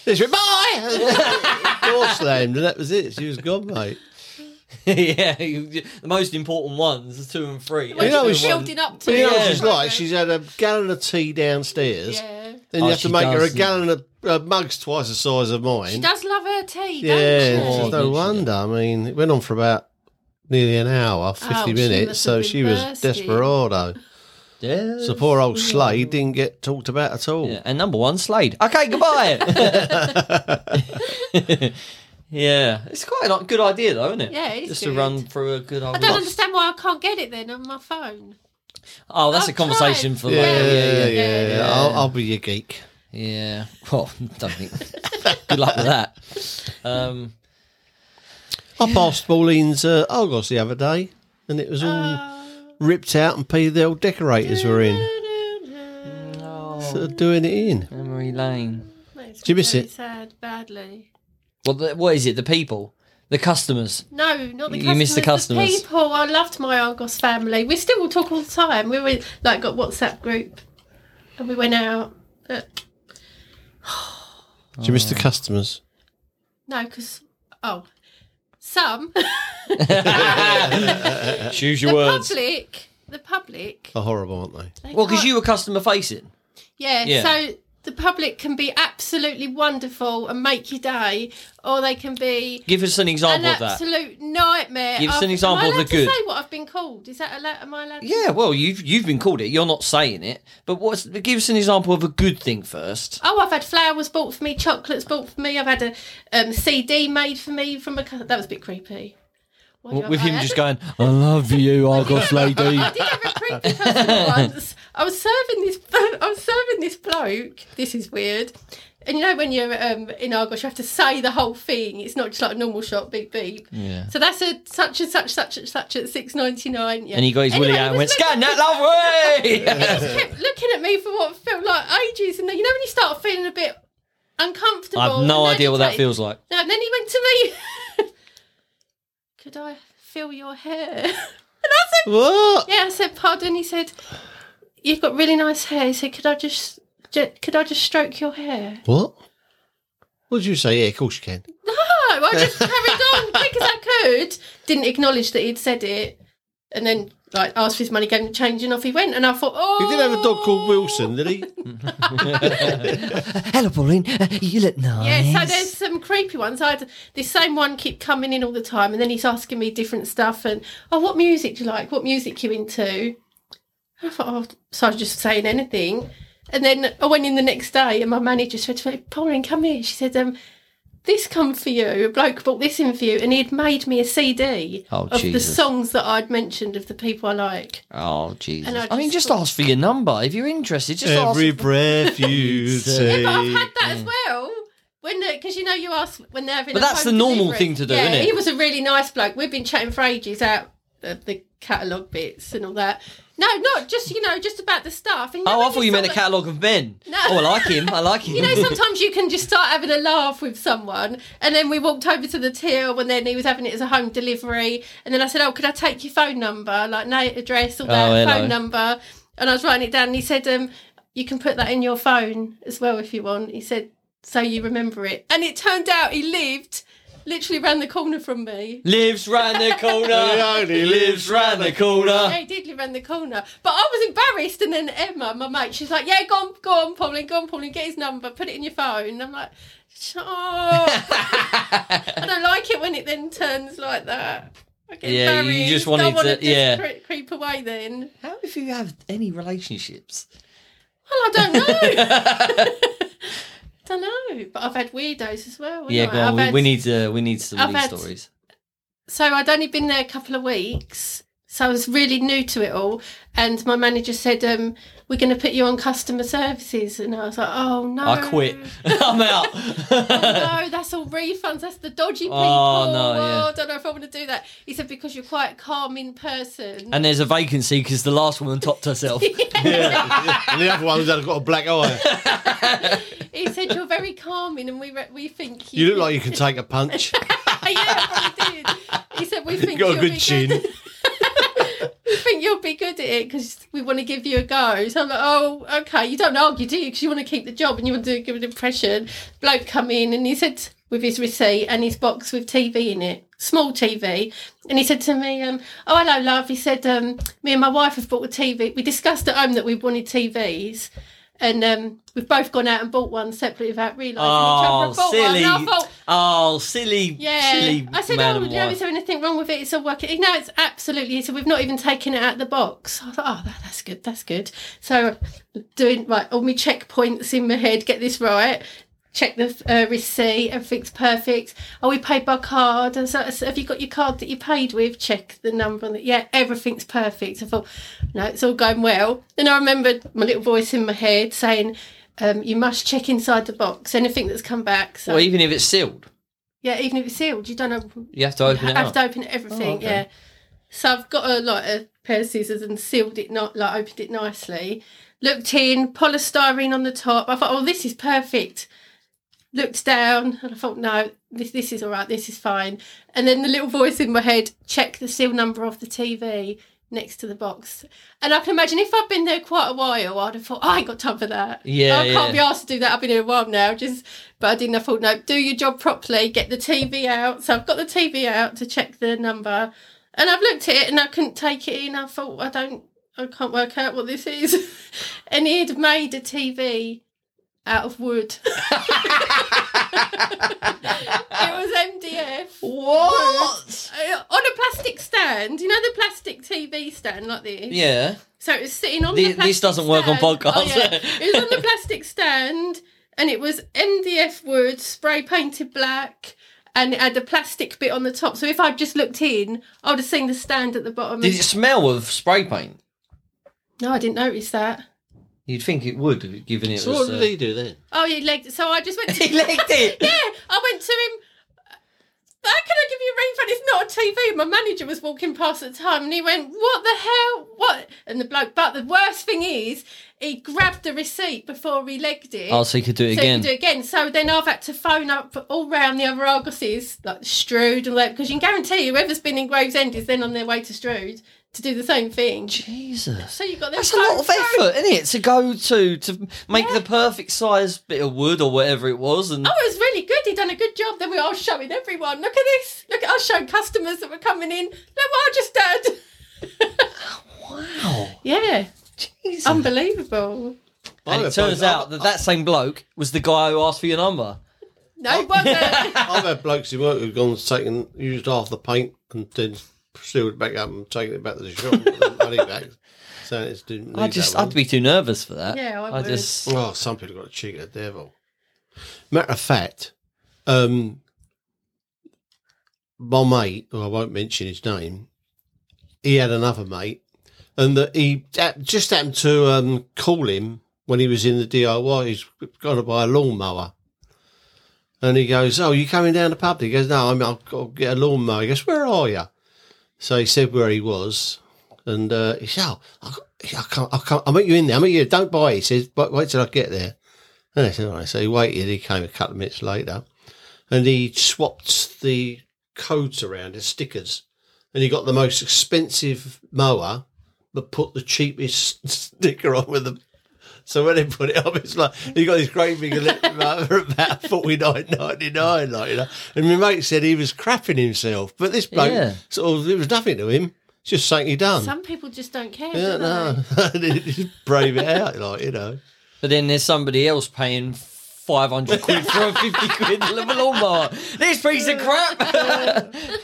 Speaker 3: It's went, bye. Door slammed, and that was it. She was gone, mate.
Speaker 2: yeah, you, the most important ones, two and three.
Speaker 4: Well,
Speaker 3: You know,
Speaker 4: she's
Speaker 3: it's-
Speaker 4: building up to
Speaker 3: But you know what
Speaker 2: Yeah.
Speaker 3: she's like? She's had a gallon of tea downstairs.
Speaker 4: Yeah.
Speaker 3: Then you
Speaker 2: Oh,
Speaker 3: have to
Speaker 2: she
Speaker 3: make her a
Speaker 2: does, yeah.
Speaker 3: gallon of uh, mugs twice the size of
Speaker 4: She
Speaker 3: mine.
Speaker 4: does love her tea,
Speaker 3: yeah,
Speaker 4: don't she?
Speaker 3: it's
Speaker 2: doesn't
Speaker 3: no
Speaker 2: she?
Speaker 3: wonder. I mean, it went on for about nearly an hour, fifty
Speaker 4: Oh, she
Speaker 3: minutes.
Speaker 4: must
Speaker 3: So
Speaker 4: have been
Speaker 3: she was
Speaker 4: thirsty.
Speaker 3: desperado.
Speaker 2: Yeah.
Speaker 3: So poor old Slade didn't get talked about at all.
Speaker 2: Yeah, and number one, Slade. Okay, goodbye. yeah, it's quite a good idea, though, isn't it?
Speaker 4: Yeah, it is
Speaker 2: just
Speaker 4: good.
Speaker 2: to run through a good old.
Speaker 4: I don't
Speaker 2: lot.
Speaker 4: understand why I can't get it then on my phone.
Speaker 2: Oh, that's a
Speaker 4: I've
Speaker 2: conversation
Speaker 4: tried.
Speaker 2: for
Speaker 3: Yeah,
Speaker 2: later.
Speaker 3: yeah, yeah.
Speaker 2: Yeah, yeah,
Speaker 3: yeah,
Speaker 2: yeah.
Speaker 3: I'll, I'll be your geek.
Speaker 2: yeah. Well, don't think. good luck with that. Um,
Speaker 3: I passed Pauline's uh, Argos the other day, and it was all
Speaker 2: Uh,
Speaker 4: Oh.
Speaker 3: ripped out, and P the old decorators were in, sort of doing it in.
Speaker 2: memory lane.
Speaker 4: Makes
Speaker 3: Did you
Speaker 4: me
Speaker 3: miss
Speaker 4: very
Speaker 3: it?
Speaker 4: Sad, badly.
Speaker 2: Well, the, what is it? The people, the customers.
Speaker 4: No, not the
Speaker 2: You missed the
Speaker 4: customers,
Speaker 2: customers.
Speaker 4: people, I loved my Argos family. We still talk all the time. We were like got WhatsApp group, and we went out. But,
Speaker 3: Did you miss
Speaker 2: Oh.
Speaker 3: the customers?
Speaker 4: no, because oh, some
Speaker 2: Choose
Speaker 4: the
Speaker 2: your words.
Speaker 4: public, the public.
Speaker 3: They're horrible, aren't they?
Speaker 4: they
Speaker 2: Well, because
Speaker 4: can't-
Speaker 2: you were customer facing.
Speaker 4: Yeah,
Speaker 2: Yeah.
Speaker 4: so the public can be absolutely wonderful and make your day, or they can be
Speaker 2: Give us an
Speaker 4: an
Speaker 2: example of that.
Speaker 4: absolute nightmare.
Speaker 2: Give us
Speaker 4: I've-
Speaker 2: an example
Speaker 4: am I
Speaker 2: of the
Speaker 4: allowed to
Speaker 2: good.
Speaker 4: Say what I've been called. Is that allowed? Am I allowed? to-
Speaker 2: Yeah, well, you've you've been called it. You're not saying it, but what's give us an example of a good thing first.
Speaker 4: Oh, I've had flowers bought for me, chocolates bought for me. I've had a um, CD made for me from a. cu- That was a bit creepy. Why do I-
Speaker 2: With him
Speaker 4: I
Speaker 2: just
Speaker 4: had-
Speaker 2: going, "I love you, Argos lady."
Speaker 4: I did have a creepy customer once. I was serving this. I was serving this bloke. This is weird. And you know when you're um, in Argos, you have to say the whole thing. It's not just like a normal shop. Beep beep.
Speaker 2: Yeah.
Speaker 4: So that's a such and such such and such at six ninety nine. Yeah.
Speaker 2: And he got his willy
Speaker 4: Anyway,
Speaker 2: out and
Speaker 4: he
Speaker 2: went,
Speaker 4: was
Speaker 2: "Scan that love way."
Speaker 4: just kept looking at me for what felt like ages. And then, you know when you start feeling a bit uncomfortable.
Speaker 2: I have no
Speaker 4: and
Speaker 2: idea what that
Speaker 4: agitated?
Speaker 2: feels like.
Speaker 4: No, and then he went to me. Could I feel your hair?
Speaker 3: What?
Speaker 4: Yeah, I said, pardon. He said, you've got really nice hair. He said, could I just, ju- could I just stroke your hair?
Speaker 3: What? What did you say? Yeah, of course you can.
Speaker 4: No, Oh, I just carried on quick as I could. Didn't acknowledge that he'd said it. And then, like, asked for his money, gave him the change, and off he went. And I thought, oh.
Speaker 3: He did have a dog called Wilson, did he?
Speaker 2: Hello, Pauline. Uh, You look
Speaker 4: Yeah,
Speaker 2: nice.
Speaker 4: so there's some creepy ones. I had this same one keep coming in all the time, and then he's asking me different stuff. And oh, what music do you like? What music you into? I thought, oh, so I was just saying anything. And then I went in the next day, and my manager said to me, Pauline, come here. She said, um, this come for you. A bloke bought this in for you, and he'd made me a CD
Speaker 2: Oh,
Speaker 4: of the
Speaker 2: Jesus.
Speaker 4: songs that I'd mentioned of the people I like.
Speaker 2: oh Jesus!
Speaker 4: And I
Speaker 2: I,
Speaker 4: just
Speaker 2: mean, just
Speaker 4: thought-
Speaker 2: ask for your number if you're interested. Just
Speaker 3: Every
Speaker 2: ask.
Speaker 3: breath you
Speaker 4: But I've
Speaker 3: take.
Speaker 4: had that as well. When because you know you ask when they're having
Speaker 2: But
Speaker 4: a
Speaker 2: that's
Speaker 4: home
Speaker 2: the normal
Speaker 4: delivery.
Speaker 2: thing to do,
Speaker 4: Yeah,
Speaker 2: innit?
Speaker 4: he was a really nice bloke. We've been chatting for ages out the, the catalogue bits and all that. No, not just you know just about the stuff. And
Speaker 2: Oh,
Speaker 4: when
Speaker 2: I thought you meant a
Speaker 4: sort of-
Speaker 2: catalogue of men.
Speaker 4: No.
Speaker 2: Oh, I like him. I like him.
Speaker 4: You know, sometimes you can just start having a laugh with someone, and then we walked over to the till, and then he was having it as a home delivery, and then I said, "Oh, could I take your phone number, like name, address, all that
Speaker 2: hello.
Speaker 4: phone number?" And I was writing it down, and he said, "Um, you can put that in your phone as well if you want." He said, "So you remember it," and it turned out he lived literally round the corner from me.
Speaker 2: lives round the corner.
Speaker 3: He only lives round the corner.
Speaker 2: Ah.
Speaker 4: Yeah, he did live round the corner, but I was embarrassed. And then Emma, my mate, she's like, "Yeah, go on, go on, Pauline, go on, Pauline, get his number, put it in your phone." And I'm like, "Shut up." I don't like it when it then turns like that. I get
Speaker 2: Yeah, you
Speaker 4: embarrassed.
Speaker 2: just wanted
Speaker 4: I wanna
Speaker 2: to- yeah.
Speaker 4: just cre- creep away then.
Speaker 2: How if you have any relationships?
Speaker 4: Well, I don't know. don't know, but I've had weirdos as well. haven't
Speaker 2: Yeah,
Speaker 4: I?
Speaker 2: go on.
Speaker 4: I've
Speaker 2: We,
Speaker 4: had-
Speaker 2: we need uh, we need some
Speaker 4: I've
Speaker 2: of these
Speaker 4: had-
Speaker 2: stories.
Speaker 4: so I'd only been there a couple of weeks, so I was really new to it all. And my manager said, um, "We're going to put you on customer services," and I was like, "Oh no,
Speaker 2: I quit. I'm
Speaker 4: Oh,
Speaker 2: out.
Speaker 4: no, that's all refunds. That's the dodgy people.
Speaker 2: Oh, no, yeah.
Speaker 4: I don't know if I want to do that. He said because you're quite a calm in person.
Speaker 2: and there's a vacancy because the last woman topped herself.
Speaker 3: and the other one's got a black eye.
Speaker 4: he said you're very calming, and we re- we think you.
Speaker 3: You look like you can take a punch.
Speaker 4: yeah, I probably did. He said we think
Speaker 3: got a
Speaker 4: you'll
Speaker 3: good
Speaker 4: be
Speaker 3: chin.
Speaker 4: we think you'll be good at it because we want to give you a go. So I'm like, oh, okay. You don't argue, do you? Because you want to keep the job and you want to give an impression. Bloke come in and he said with his receipt and his box with TV in it, small TV, and he said to me, um, oh hello love. He said, um, me and my wife have bought a TV. We discussed at home that we wanted TVs. And um, we've both gone out and bought one separately without realising each other
Speaker 2: oh,
Speaker 4: had bought
Speaker 2: silly.
Speaker 4: one. And I thought,
Speaker 2: Oh, silly.
Speaker 4: yeah.
Speaker 2: Silly
Speaker 4: I said,
Speaker 2: man
Speaker 4: oh,
Speaker 2: and
Speaker 4: no,
Speaker 2: wife.
Speaker 4: is there anything wrong with it? It's all working. He, No, it's absolutely. He said, we've not even taken it out of the box. I thought, oh, that, that's good. That's good. So doing right, all my checkpoints in my head, get this right. Check the uh, receipt. Everything's perfect. Are we paid by card? And so, I said, have you got your card that you paid with? Check the number. On it. Yeah, everything's perfect. I thought, no, it's all going well. Then I remembered my little voice in my head saying, um, "You must check inside the box. Anything that's come back." So
Speaker 2: Well, even if it's sealed,
Speaker 4: yeah, even if it's sealed, you don't know
Speaker 2: you have to open it
Speaker 4: I have
Speaker 2: up. Oh,
Speaker 4: to open everything,
Speaker 2: okay.
Speaker 4: yeah. So I've got a like a pair of scissors and sealed it not like opened it nicely. Looked in, polystyrene on the top. I thought, oh, this is perfect. Looked down and I thought, no, this this is all right, this is fine. And then the little voice in my head, check the seal number of the TV next to the box. And I can imagine if I'd been there quite a while, I'd have thought, I ain't got time for that.
Speaker 2: Yeah,
Speaker 4: I can't
Speaker 2: yeah.
Speaker 4: be asked to do that. I've been here a while now. Just, but I didn't. I thought, no, do your job properly. Get the TV out. So I've got the TV out to check the number, and I've looked at it and I couldn't take it in. I thought, I don't, I can't work out what this is. and he had made a TV out of wood. it was MDF.
Speaker 2: What?
Speaker 4: Uh, on a plastic stand, you know the plastic TV stand like this.
Speaker 2: Yeah.
Speaker 4: So it was sitting on
Speaker 2: The-
Speaker 4: the,
Speaker 2: this
Speaker 4: plastic
Speaker 2: doesn't work on
Speaker 4: stand. Oh,
Speaker 2: podcasts.
Speaker 4: it was on the plastic stand, and it was MDF wood, spray painted black, and it had a plastic bit on the top. So if I'd just looked in, I would have seen the stand at the bottom.
Speaker 2: Did it smell of spray paint?
Speaker 4: No, I didn't notice that.
Speaker 2: You'd think it would, given it
Speaker 3: so
Speaker 2: was. uh,
Speaker 3: what did he do then?
Speaker 4: Oh, he legged. So I just went. To,
Speaker 2: He legged it.
Speaker 4: Yeah, I went to him. How can I give you a refund? It's not a TV. My manager was walking past at the time, and he went, "What the hell? What?" And the bloke. But the worst thing is, he grabbed the receipt before he legged it.
Speaker 2: oh, so you could do it
Speaker 4: so
Speaker 2: again.
Speaker 4: you can do it again. So then I've had to phone up all round the other Argosies, like Strood and that, because you can guarantee whoever's been in Gravesend is then on their way to Strood to do the same thing.
Speaker 2: Jesus.
Speaker 4: So you got them
Speaker 2: That's a lot
Speaker 4: phone-
Speaker 2: of effort, isn't it? To go to to make the perfect size bit of wood or whatever it was, and
Speaker 4: Oh, it was really good. He'd done a good job. Then we were all showing everyone. Look at this. Look at us showing customers that were coming in. Look what I just did.
Speaker 2: wow,
Speaker 4: Yeah,
Speaker 2: Jesus.
Speaker 4: unbelievable.
Speaker 2: and
Speaker 3: I've
Speaker 2: it
Speaker 3: had
Speaker 2: turns
Speaker 3: blokes-
Speaker 2: out that that same bloke was the guy who asked for your number.
Speaker 4: No, it wasn't.
Speaker 3: I've had blokes who work who've gone and taken, used half the paint and then sealed it back up and taken it back to the shop and got the money back. So it's didn't.
Speaker 2: I
Speaker 3: need
Speaker 2: just,
Speaker 3: that one.
Speaker 2: I'd be too nervous for that.
Speaker 4: Yeah, I would.
Speaker 2: just,
Speaker 3: Oh, some people got a cheek at the devil. Matter of fact, um, my mate, who I won't mention his name, he had another mate, and that he hap- just happened to um, call him when he was in the DIY. He's got to buy a lawnmower. And he goes, Oh, you coming down the pub? He goes, No, I'm, I've got to get a lawnmower. He goes, Where are you? So he said where he was. And uh, he said, oh, I, can't- I can't, I can't, I'll meet you in there. I'll meet you. Don't buy it. He says, but wait till I get there. And I said, all right. So he waited. He came a couple of minutes later and he swapped the codes around, his stickers. And he got the most expensive mower, but put the cheapest sticker on with the. So when he put it up, it's like he got this great big electric mower about forty nine ninety nine, like you know. And my mate said he was crapping himself, but this bloke,
Speaker 2: Yeah.
Speaker 3: sort of, it was nothing to him. It's just something he done.
Speaker 4: Some people just don't care.
Speaker 3: Yeah,
Speaker 4: do they?
Speaker 3: no. They just brave it out, like, you know.
Speaker 2: but then there's somebody else paying. 500 quid for a 50 quid lawnmower. This piece of crap!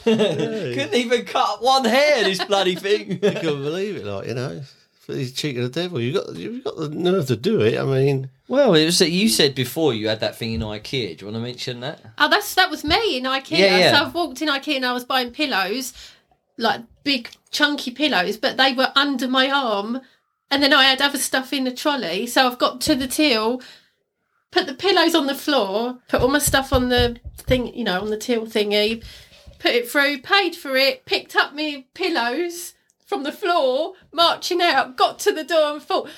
Speaker 2: Couldn't even cut one hair, this bloody thing.
Speaker 3: I couldn't believe it, like, you know. he's cheating the devil. You got you've got the nerve to do it. I mean,
Speaker 2: Well, it was that you said before you had that thing in IKEA. Do you want to mention that?
Speaker 4: Oh, that's that was me in IKEA.
Speaker 2: Yeah, yeah.
Speaker 4: So I've walked in IKEA and I was buying pillows, like big chunky pillows, but they were under my arm, and then I had other stuff in the trolley. So I've got to the till, put the pillows on the floor, put all my stuff on the thing, you know, on the till thingy, put it through, paid for it, picked up my pillows from the floor, marching out, got to the door and thought,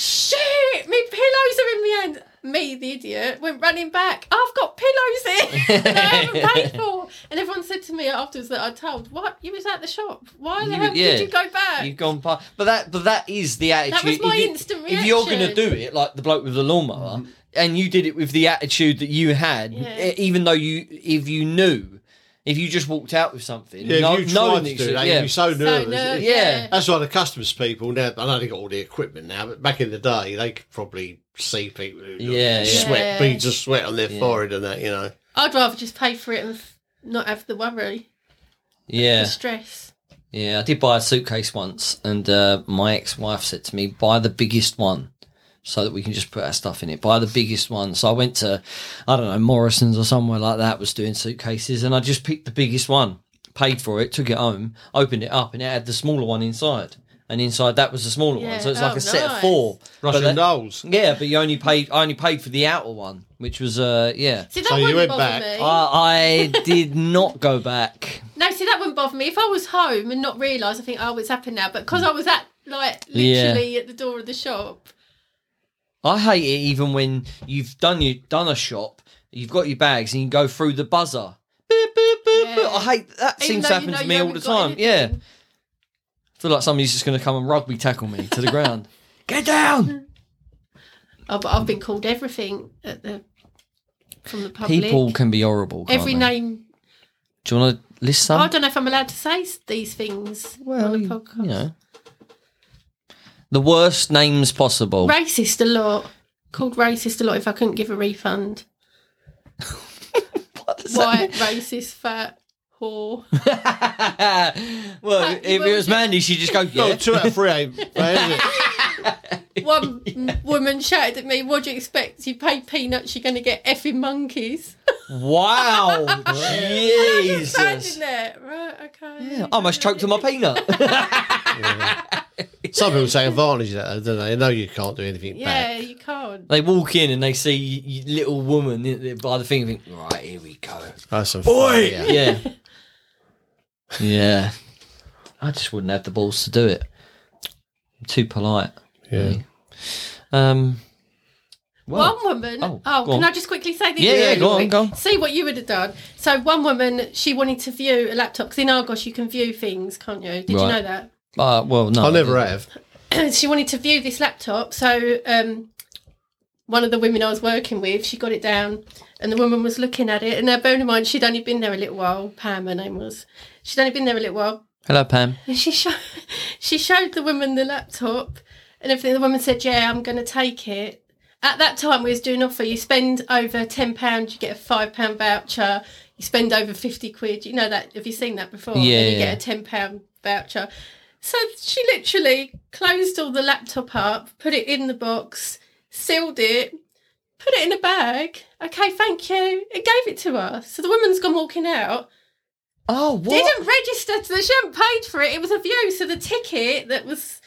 Speaker 4: shit, my pillows are in my hand. Me, the idiot, went running back. I've got pillows in that I haven't paid for. And everyone said to me afterwards that I told, what? You was at the shop. Why the
Speaker 2: You-
Speaker 4: hell
Speaker 2: yeah.
Speaker 4: did you go back?
Speaker 2: You've gone past, but that but that is the attitude.
Speaker 4: was my
Speaker 2: if
Speaker 4: instant
Speaker 2: If you're going to
Speaker 4: reaction. Mm.
Speaker 2: do it, like the bloke with the lawnmower, and you did it with the attitude that you had,
Speaker 4: Yeah.
Speaker 2: e- even though you, if you knew, if you just walked out with something,
Speaker 3: yeah,
Speaker 2: no,
Speaker 3: if you
Speaker 2: knowing
Speaker 3: tried to
Speaker 2: you
Speaker 3: do
Speaker 2: should-
Speaker 3: that,
Speaker 2: yeah.
Speaker 3: you'd be so nervous.
Speaker 4: nervous,
Speaker 2: Yeah.
Speaker 3: That's why the customs people now. I know they got all the equipment now, but back in the day, they could probably see people who
Speaker 2: Yeah, yeah.
Speaker 3: sweat
Speaker 4: Yeah.
Speaker 3: beads of sweat on their
Speaker 2: Yeah.
Speaker 3: forehead and that. You know,
Speaker 4: I'd rather just pay for it and f- not have the worry,
Speaker 2: yeah,
Speaker 4: the stress.
Speaker 2: yeah. I did buy a suitcase once, and uh, my ex-wife said to me, "Buy the biggest one." So that we can just put our stuff in it. Buy the biggest one. So I went to, I don't know, Morrison's or somewhere like that was doing suitcases, and I just picked the biggest one, paid for it, took it home, opened it up, and it had the smaller one inside. And inside that was the smaller
Speaker 4: Yeah.
Speaker 2: one, so it's
Speaker 4: Oh,
Speaker 2: like a set of
Speaker 4: nice.
Speaker 2: four. But
Speaker 3: Russian
Speaker 2: that-
Speaker 3: dolls.
Speaker 2: Yeah, but you only paid. I only paid for the outer one, which was uh, yeah.
Speaker 4: See, that
Speaker 3: So you
Speaker 4: wouldn't
Speaker 3: went
Speaker 4: bother
Speaker 3: back.
Speaker 4: me.
Speaker 2: I, I did not go back.
Speaker 4: No, see, that wouldn't bother me. If I was home and not realise, I think, oh, it's happened now. But because I was at, like,
Speaker 2: Yeah.
Speaker 4: literally at the door of the shop.
Speaker 2: I hate it even when you've done you done a shop, you've got your bags, and you go through the buzzer. Beep, beep, beep,
Speaker 4: Yeah.
Speaker 2: beep. I hate that.
Speaker 4: even though
Speaker 2: seems
Speaker 4: you
Speaker 2: to happen
Speaker 4: know
Speaker 2: to
Speaker 4: you
Speaker 2: me all
Speaker 4: haven't
Speaker 2: the
Speaker 4: got
Speaker 2: time.
Speaker 4: anything.
Speaker 2: Yeah, I feel like somebody's just going to come and rugby tackle me to the ground. Get down!
Speaker 4: Oh, but I've been called everything at the from the public.
Speaker 2: People can be horrible. can't
Speaker 4: Every
Speaker 2: they?
Speaker 4: name.
Speaker 2: Do you want to list some?
Speaker 4: I don't know if I'm allowed to say s- these things
Speaker 2: well,
Speaker 4: on
Speaker 2: you,
Speaker 4: the podcast.
Speaker 2: you know, the worst names possible.
Speaker 4: Racist a lot. Called racist a lot if I couldn't give a refund.
Speaker 2: What does
Speaker 4: White,
Speaker 2: that
Speaker 4: racist, fat, whore.
Speaker 2: well, if it was Mandy, she'd just go,
Speaker 3: Oh,
Speaker 2: yeah.
Speaker 3: two out of three ain't bad, is it?
Speaker 4: One m- woman shouted at me, What do you expect? You pay peanuts, you're going to get effing monkeys.
Speaker 2: Wow.
Speaker 4: Standing
Speaker 2: Jesus.
Speaker 4: there. Right, okay.
Speaker 2: I almost choked on my peanut.
Speaker 3: Some people take advantage of that, don't they? They know you can't do anything
Speaker 4: Yeah,
Speaker 3: back.
Speaker 4: you can't.
Speaker 2: they walk in and they see y- y- little woman i- i- by the thing and think, right, here we go.
Speaker 3: That's some
Speaker 2: Boy!
Speaker 3: fun, yeah.
Speaker 2: Yeah. yeah. I just wouldn't have the balls to do it. I'm too polite.
Speaker 3: yeah.
Speaker 2: Um, well,
Speaker 4: one woman.
Speaker 2: Oh,
Speaker 4: Oh,
Speaker 2: go
Speaker 4: can
Speaker 2: on.
Speaker 4: I just quickly say this?
Speaker 2: Yeah, yeah,
Speaker 4: really
Speaker 2: go on,
Speaker 4: quick?
Speaker 2: go on.
Speaker 4: See what you would have done. So one woman, she wanted to view a laptop because in Argos you can view things, can't you? Did you
Speaker 2: Right.
Speaker 4: know that?
Speaker 2: uh, well, no.
Speaker 3: I never have.
Speaker 4: she wanted to view this laptop. So um, one of the women I was working with, she got it down, and the woman was looking at it. And now, bearing in mind, she'd only been there a little while. Pam, her name was. She'd only been there a little while,
Speaker 2: Hello, Pam.
Speaker 4: and she showed she showed the woman the laptop and everything. The woman said, "Yeah, I'm going to take it." At that time, we was doing offer. You spend over ten pound, you get a five pound voucher. You spend over fifty quid, you know that. Have you seen that before?
Speaker 2: Yeah,
Speaker 4: And you
Speaker 2: yeah.
Speaker 4: get a ten pound voucher. So she literally closed all the laptop up, put it in the box, sealed it, put it in a bag. Okay, thank you. It gave it to us. So the woman's gone walking out.
Speaker 2: Oh, what?
Speaker 4: Didn't register to the she hadn't paid for it. It was a view, so the ticket that was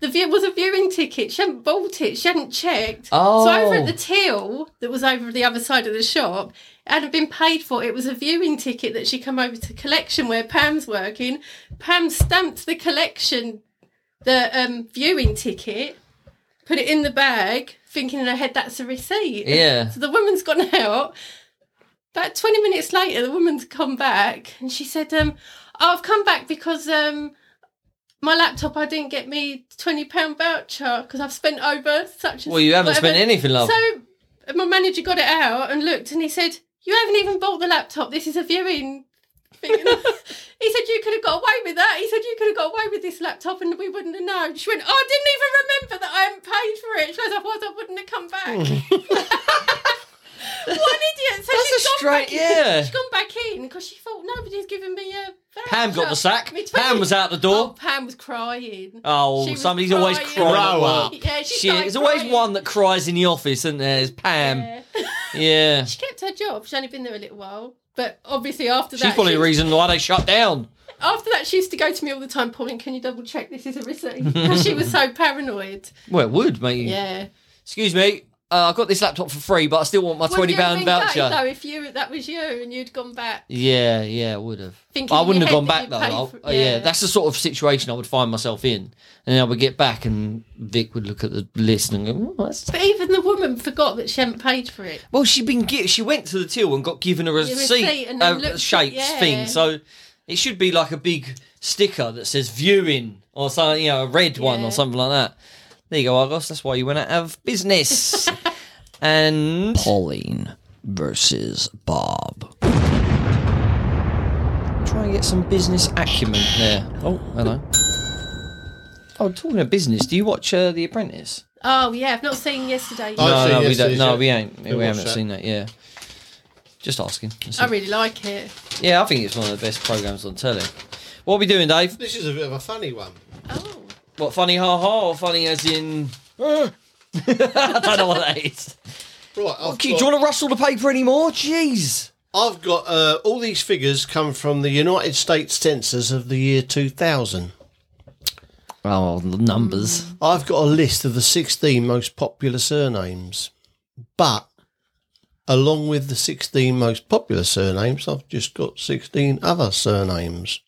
Speaker 4: the view was a viewing ticket. She hadn't bought it. She hadn't checked. So over
Speaker 2: Oh.
Speaker 4: at the till that was over the other side of the shop, it hadn't been paid for. It was a viewing ticket that she come over to collection where Pam's working. Pam stamped the collection, the um, viewing ticket, put it in the bag, thinking in her head that's a receipt.
Speaker 2: Yeah.
Speaker 4: So the woman's gone out. About 20 minutes later, the woman's come back and she said, um, oh, I've come back because um, my laptop, I didn't get me £20 voucher because I've spent over such and
Speaker 2: Well, you haven't
Speaker 4: whatever."
Speaker 2: spent anything, love.
Speaker 4: So my manager got it out and looked and he said, You haven't even bought the laptop. This is a viewing thing. And I- he said, You could have got away with that. He said, You could have got away with this laptop and we wouldn't have known. She went, oh, I didn't even remember that I hadn't paid for it. She goes, Otherwise, I wouldn't have come back. One idiot. So
Speaker 2: That's
Speaker 4: she's
Speaker 2: a
Speaker 4: gone
Speaker 2: straight,
Speaker 4: back in-
Speaker 2: yeah.
Speaker 4: She's gone back in because she thought nobody's giving me a voucher.
Speaker 2: Pam got the sack.
Speaker 4: Me too.
Speaker 2: Pam was out the
Speaker 4: Oh,
Speaker 2: door.
Speaker 4: Pam was crying.
Speaker 2: Oh,
Speaker 4: She was
Speaker 2: somebody's always
Speaker 4: crying.
Speaker 2: crying. at
Speaker 3: Grow
Speaker 2: work.
Speaker 4: up. Yeah, she
Speaker 2: Shit,
Speaker 4: started
Speaker 2: there's always
Speaker 4: crying.
Speaker 2: one that cries in the office, isn't there? It's Pam. Yeah.
Speaker 4: Yeah. she kept her job. She's only been there a little while. But obviously after that,
Speaker 2: She's probably
Speaker 4: she-
Speaker 2: the reason why they shut down.
Speaker 4: after that, she used to go to me all the time, Pauline, can you double check this is a receipt? Because she was so paranoid.
Speaker 2: Well, it would, mate.
Speaker 4: Yeah.
Speaker 2: Excuse me. Uh, I got this laptop for free, but I still want my
Speaker 4: Wouldn't
Speaker 2: twenty
Speaker 4: you have
Speaker 2: pound
Speaker 4: been
Speaker 2: voucher.
Speaker 4: gutted, though, if you that was you and you'd gone back.
Speaker 2: Yeah, yeah, I would have.
Speaker 4: Thinking
Speaker 2: I
Speaker 4: in
Speaker 2: wouldn't
Speaker 4: your
Speaker 2: have gone back
Speaker 4: head
Speaker 2: though.
Speaker 4: that you'd
Speaker 2: I-
Speaker 4: pay for-
Speaker 2: uh, yeah.
Speaker 4: yeah.
Speaker 2: that's the sort of situation I would find myself in, and then I would get back, and Vic would look at the list and go, oh, that's...
Speaker 4: But even the woman forgot that she hadn't paid for it.
Speaker 2: "Well, she been gi- she went to the till and got given a receipt,
Speaker 4: receipt and then looked
Speaker 2: a
Speaker 4: at-
Speaker 2: shapes thing,
Speaker 4: yeah.
Speaker 2: so it should be like a big sticker that says viewing or something, you know, a red one
Speaker 4: Yeah.
Speaker 2: or something like that." There you go, Argos. That's why you went out of business. and
Speaker 5: Pauline versus Bob.
Speaker 2: try and get some business acumen there. Oh, hello. Oh, talking of business, do you watch uh, The Apprentice?
Speaker 4: Oh yeah, I've not seen yesterday.
Speaker 3: I've
Speaker 2: no,
Speaker 3: seen
Speaker 2: no, we don't.
Speaker 3: yesterday's,
Speaker 2: No,
Speaker 3: yeah.
Speaker 2: we ain't. We
Speaker 3: watched
Speaker 2: haven't
Speaker 3: that.
Speaker 2: seen that. Um, Yeah. Just asking. That's
Speaker 4: I
Speaker 2: it.
Speaker 4: really like it.
Speaker 2: yeah, I think it's one of the best programs on telly. What are we doing, Dave?
Speaker 3: This is a bit of a funny one.
Speaker 4: Oh,
Speaker 2: What funny ha ha or funny as in? I don't know what that is.
Speaker 3: Right, I've
Speaker 2: Okay, do
Speaker 3: got,
Speaker 2: you want to rustle the paper anymore? Jeez.
Speaker 3: I've got uh, all these figures come from the United States Census of the year 2000.
Speaker 2: Oh, the numbers.
Speaker 3: I've got a list of the 16 most popular surnames, but along with the 16 most popular surnames, I've just got 16 other surnames.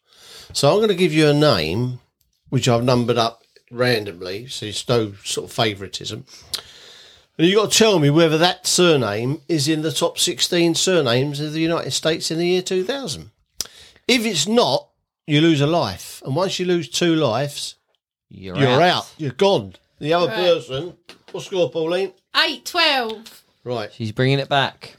Speaker 3: So I'm going to give you a name which I've numbered up randomly, so it's no sort of favouritism. And you've got to tell me whether that surname is in the top 16 surnames of the United States in the year 2000. If it's not, you lose a life. And once you lose two lives,
Speaker 2: You're,
Speaker 3: you're out. You're gone. The other
Speaker 4: Right.
Speaker 3: person. What score, Pauline?
Speaker 4: eight, twelve.
Speaker 3: Right
Speaker 2: She's bringing it back.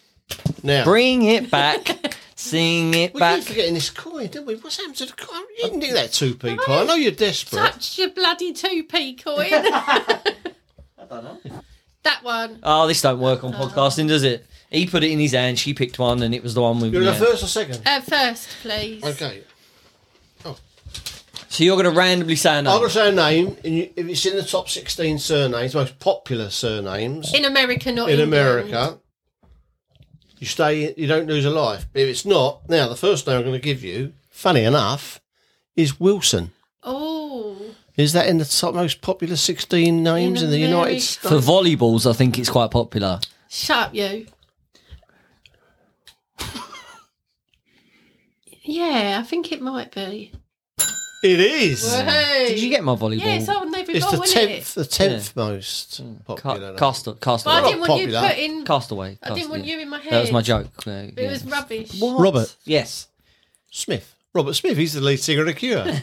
Speaker 3: now.
Speaker 2: Bring it back. Sing it
Speaker 3: we
Speaker 2: back.
Speaker 3: keep forgetting this coin, don't we? What's happened to the coin? You didn't do that two p coin. I know you're desperate.
Speaker 4: Touch your bloody two p coin. I don't know. That one.
Speaker 2: Oh, this don't work on podcasting, does it? He put it in his hand. She picked one, and it was the one with.
Speaker 3: You're
Speaker 2: yeah. Oh.
Speaker 3: in the first or second?
Speaker 4: Uh, first, please.
Speaker 3: Okay.
Speaker 2: So you're going to randomly say a
Speaker 3: I'm
Speaker 2: number.
Speaker 3: gonna say a name, and you, if it's in the top sixteen surnames, most popular surnames
Speaker 4: In America, not England.
Speaker 3: in America, you stay. You don't lose a life. If it's not, now the first name I'm going to give you, funny enough, is Wilson.
Speaker 4: Oh,
Speaker 3: Is that in the top most popular sixteen names in, the
Speaker 4: America.
Speaker 3: United
Speaker 2: For
Speaker 3: States?
Speaker 2: volleyballs, I think it's quite popular.
Speaker 4: shut up, you. yeah, I think it might be.
Speaker 3: It is.
Speaker 4: Woohoo.
Speaker 2: Did you get my volleyball?
Speaker 4: Yeah, it's on every
Speaker 3: It's
Speaker 4: ball,
Speaker 3: the
Speaker 4: isn't
Speaker 3: tenth,
Speaker 4: it?
Speaker 3: the tenth most
Speaker 2: Ca-
Speaker 3: popular.
Speaker 2: cast, cast,
Speaker 4: But I
Speaker 2: away.
Speaker 4: didn't want you
Speaker 3: popular.
Speaker 4: put in.
Speaker 2: Castaway.
Speaker 4: I didn't
Speaker 2: Cast-
Speaker 4: want
Speaker 2: yeah.
Speaker 4: you in my head.
Speaker 2: That was my joke. Uh,
Speaker 4: It
Speaker 2: yeah.
Speaker 4: was rubbish.
Speaker 3: Robert.
Speaker 2: Yes.
Speaker 3: Smith. Robert Smith. He's the lead singer of The Cure.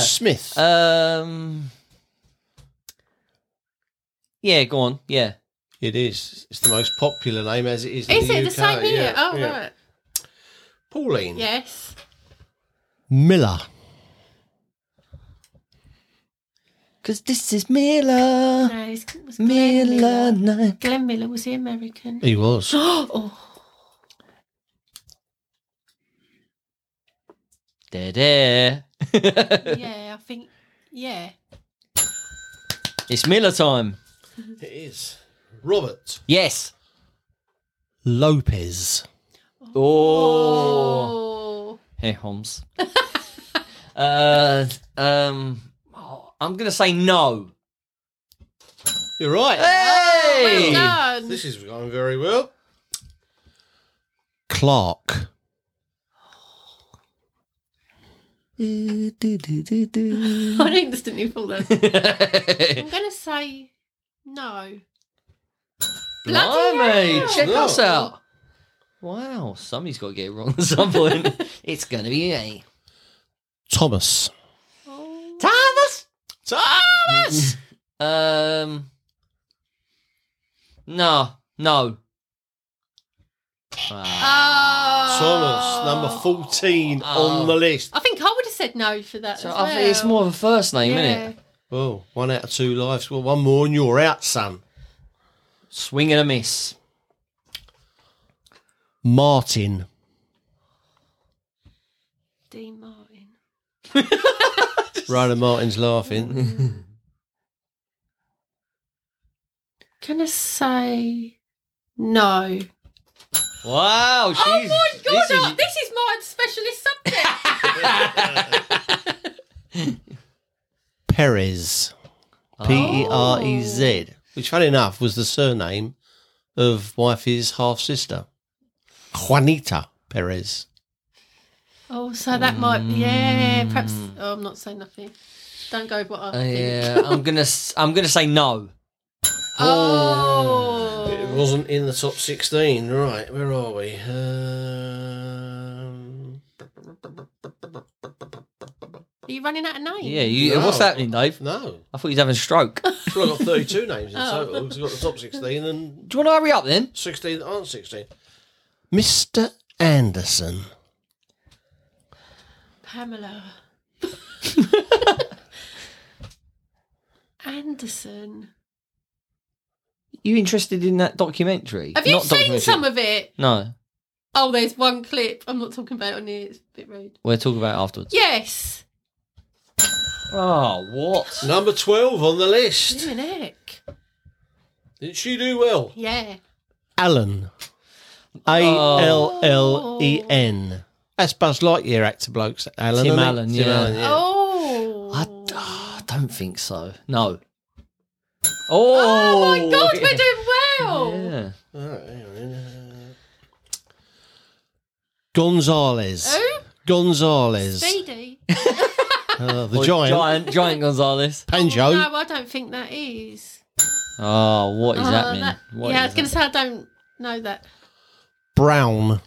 Speaker 3: Smith.
Speaker 2: Uh, Um. Yeah, go on. Yeah.
Speaker 3: it is. It's the most popular name as it is. In
Speaker 4: Is
Speaker 3: the
Speaker 4: it the
Speaker 3: UK,
Speaker 4: same here?
Speaker 3: yeah,
Speaker 4: oh,
Speaker 3: yeah.
Speaker 4: right.
Speaker 3: Pauline.
Speaker 4: Yes.
Speaker 3: Miller.
Speaker 2: Because this is Miller.
Speaker 4: No, it's- it was Glenn
Speaker 2: Miller night.
Speaker 4: Glenn Miller was the American.
Speaker 3: He was.
Speaker 4: oh,
Speaker 2: There, there.
Speaker 4: yeah, I think. Yeah.
Speaker 2: It's Miller time.
Speaker 3: it is. Robert
Speaker 2: Yes.
Speaker 3: Lopez.
Speaker 2: Oh.
Speaker 4: Oh.
Speaker 2: Hey, Holmes. uh, um, oh, I'm gonna say no.
Speaker 3: You're right.
Speaker 4: Well
Speaker 2: Hey,
Speaker 4: done.
Speaker 3: This is going very well. Clark.
Speaker 4: I instantly thought that.
Speaker 2: blimey!
Speaker 4: I'm going to say no. hell.
Speaker 2: Check
Speaker 3: No.
Speaker 2: us out. Wow, somebody's got to get it wrong at some point. it's gonna be me,
Speaker 3: Thomas.
Speaker 4: Oh.
Speaker 2: Thomas.
Speaker 3: Thomas.
Speaker 2: Um, no, no. Ah,
Speaker 3: Thomas, number fourteen
Speaker 2: Oh.
Speaker 3: on the list.
Speaker 4: Oh. I think I would have said no for that.
Speaker 2: so
Speaker 4: as
Speaker 2: I think it's
Speaker 4: well.
Speaker 2: more of a first name,
Speaker 4: Yeah.
Speaker 2: isn't it?
Speaker 3: Well, one out of two lives. Well, one more and you're out, son.
Speaker 2: Swing and a miss.
Speaker 3: Martin.
Speaker 4: Dean Martin.
Speaker 3: Rhino Martin's laughing.
Speaker 4: Can I say no?
Speaker 2: Wow, she's.
Speaker 4: oh my god,
Speaker 2: this is-
Speaker 4: oh, this is my specialist subject.
Speaker 3: Perez. P E R E Z.
Speaker 4: Oh.
Speaker 3: Which, funny enough, was the surname of wifey's half sister, Juanita Perez.
Speaker 4: oh, so that might, yeah, perhaps. Oh, I'm not saying nothing. Don't go with what I
Speaker 2: Mm. Uh,
Speaker 4: think.
Speaker 2: yeah, I'm gonna. s- I'm gonna say no.
Speaker 4: Oh.
Speaker 3: wasn't in the top 16. Right, where are we? Um,
Speaker 4: Are you running out of names?
Speaker 2: Yeah, you, what's
Speaker 3: No.
Speaker 2: happening, Dave?
Speaker 3: no.
Speaker 2: I thought you was having a stroke. Do
Speaker 3: Well, I've got 32 names in
Speaker 4: Oh.
Speaker 3: total. We've got the top 16 and
Speaker 2: you want to hurry up then?
Speaker 3: 16 that aren't 16. Mr. Anderson.
Speaker 4: Pamela. Anderson.
Speaker 2: You interested in that documentary?
Speaker 4: Have you
Speaker 2: Not
Speaker 4: seen
Speaker 2: documentary.
Speaker 4: some of it?
Speaker 2: No,
Speaker 4: Oh, there's one clip. I'm not talking about it on here. It's a bit rude.
Speaker 2: we'll talk about it afterwards.
Speaker 4: Yes. Ah,
Speaker 2: Oh, what?
Speaker 3: Number 12 on the list.
Speaker 4: Blimmin' heck.
Speaker 3: Didn't she do well?
Speaker 4: Yeah.
Speaker 3: Alan. A
Speaker 2: Oh.
Speaker 3: L L E N. That's Buzz Lightyear actor blokes. Alan.
Speaker 2: Tim
Speaker 3: isn't it?
Speaker 2: Allen, yeah.
Speaker 4: Oh.
Speaker 2: I, ah, don't think so. No. Oh,
Speaker 4: Oh my god, we're doing well.
Speaker 2: Yeah.
Speaker 3: Alright, hang on then. Uh, Gonzalez.
Speaker 4: Who?
Speaker 3: Gonzalez.
Speaker 4: Oh, Speedy.
Speaker 3: Uh, the
Speaker 2: Or
Speaker 3: giant.
Speaker 2: giant, giant Gonzalez.
Speaker 3: Panjo.
Speaker 4: Oh, No, I don't think that is.
Speaker 2: Oh, what is
Speaker 4: Oh,
Speaker 2: happening?
Speaker 4: that-
Speaker 2: What
Speaker 4: yeah, I
Speaker 2: is
Speaker 4: was going
Speaker 2: that?
Speaker 4: to say I don't know that.
Speaker 3: Brown.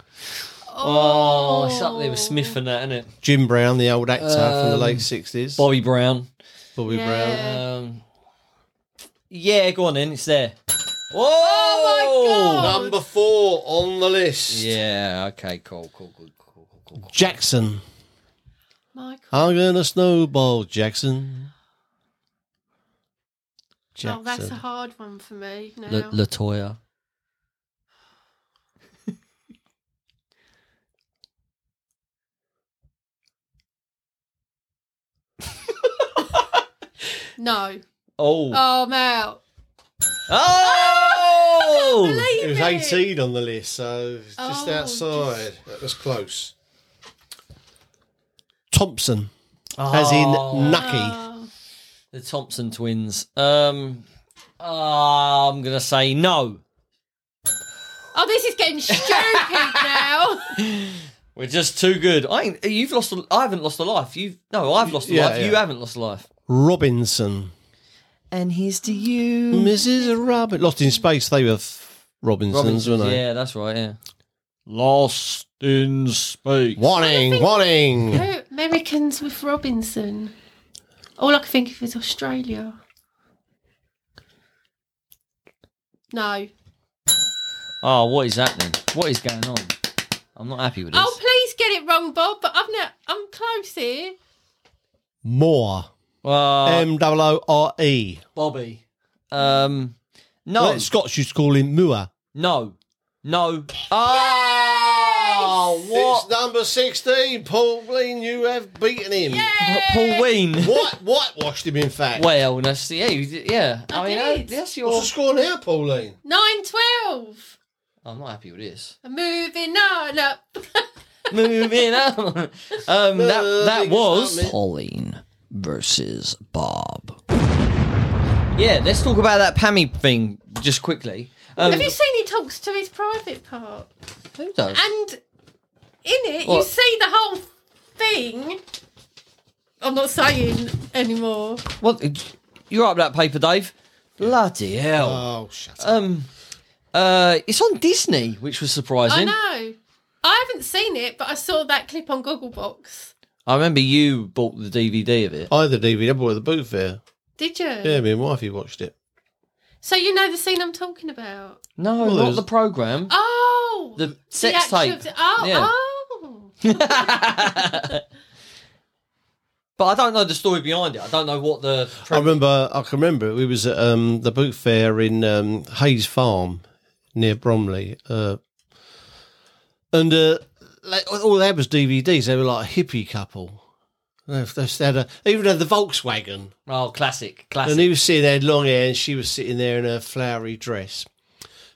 Speaker 2: Oh, it's up there with Smith and that,
Speaker 4: Oh.
Speaker 2: isn't it?
Speaker 3: Jim Brown, the old actor from the
Speaker 2: Um,
Speaker 3: late 60s.
Speaker 2: Bobby Brown.
Speaker 3: Bobby
Speaker 4: Yeah.
Speaker 2: Um, yeah, go on then. It's there. Whoa!
Speaker 4: Oh my God. Number
Speaker 3: four on the list.
Speaker 2: Yeah. Okay. Cool. Cool. Cool. Cool. Cool. cool.
Speaker 3: Jackson.
Speaker 4: Michael.
Speaker 3: I'm gonna snowball Jackson. Jackson.
Speaker 4: Oh, that's a hard one for me now.
Speaker 2: cool. La- Latoya.
Speaker 4: no.
Speaker 2: Oh.
Speaker 4: Oh, I'm out.
Speaker 2: Oh.
Speaker 4: Believe
Speaker 3: it was 18 on the list, so it's just
Speaker 4: Oh,
Speaker 3: outside. That was close. Thompson, as
Speaker 2: Oh,
Speaker 3: in Nucky.
Speaker 4: Oh.
Speaker 2: the Thompson twins. Um. ah, I'm gonna say no.
Speaker 4: Oh, this is getting stupid now.
Speaker 2: We're just too good. I ain't, you've lost. A, I haven't lost a life. You've no. I've lost a
Speaker 3: Yeah,
Speaker 2: life. You
Speaker 3: yeah.
Speaker 2: haven't lost a life.
Speaker 3: Robinson.
Speaker 2: And here's to you,
Speaker 3: Mrs. Robin. Lost in Space, they were f- Robinsons, weren't they?
Speaker 2: Yeah, that's right. Yeah. Lost in space.
Speaker 3: Warning, warning.
Speaker 4: Who- Americans with Robinson. All I can think of is Australia. No.
Speaker 2: Oh, what is happening? What is going on? I'm not happy with this.
Speaker 4: Oh, please get it wrong, Bob. But I've not, I'm close here.
Speaker 3: Moore.
Speaker 2: Uh,
Speaker 3: M O O R E.
Speaker 2: Bobby. Um, no,
Speaker 3: Well, Scots used to call him Moore.
Speaker 2: no, no. Oh,
Speaker 3: It's number 16. Paul Green, you have beaten him.
Speaker 2: what? Paul Ween.
Speaker 3: White, whitewashed him, in fact.
Speaker 2: Well, that's yeah, you did- yeah. I,
Speaker 4: I
Speaker 2: mean,
Speaker 4: did.
Speaker 2: that- that's
Speaker 3: What's
Speaker 2: your.
Speaker 3: the score now, Pauline?
Speaker 4: Nine twelve.
Speaker 2: I'm not happy with this.
Speaker 4: Moving on up.
Speaker 2: Moving on. Um, that that
Speaker 3: Moving
Speaker 2: was
Speaker 3: on.
Speaker 5: Pauline versus Bob.
Speaker 2: yeah. Let's talk about that Pammy thing just quickly. Um,
Speaker 4: Have you seen he talks to his private part?
Speaker 2: who does?
Speaker 4: And in it, you
Speaker 2: What?
Speaker 4: see the whole thing. I'm not saying anymore.
Speaker 2: What? You're up that paper, Dave. Bloody hell.
Speaker 4: Uh,
Speaker 3: Oh, shut up.
Speaker 2: Um, uh, it's on Disney, which was
Speaker 4: I
Speaker 2: surprising. I,
Speaker 4: know. I haven't seen it, but I saw that clip on Gogglebox.
Speaker 2: remember you bought the DVD of it.
Speaker 4: Oh,
Speaker 3: Either DVD or the booth there.
Speaker 4: Did you?
Speaker 3: Yeah, me and wifey watched it.
Speaker 4: So you know the scene I'm talking about?
Speaker 2: No,
Speaker 3: Well,
Speaker 2: not
Speaker 3: there's-
Speaker 2: the program.
Speaker 4: Oh,
Speaker 2: The sex
Speaker 4: actual-
Speaker 2: tape.
Speaker 4: Oh,
Speaker 2: Yeah.
Speaker 4: oh.
Speaker 2: but I don't know the story behind it. I don't know what the.
Speaker 3: I remember, I can remember it. We was at um, the boot fair in um, Hayes Farm near Bromley, uh, and uh, like, all they had was DVDs. They were like a hippie couple, They've, they've had a, they even had the Volkswagen.
Speaker 2: Oh, classic, classic.
Speaker 3: And he was sitting there, had long hair, and she was sitting there in her flowery dress.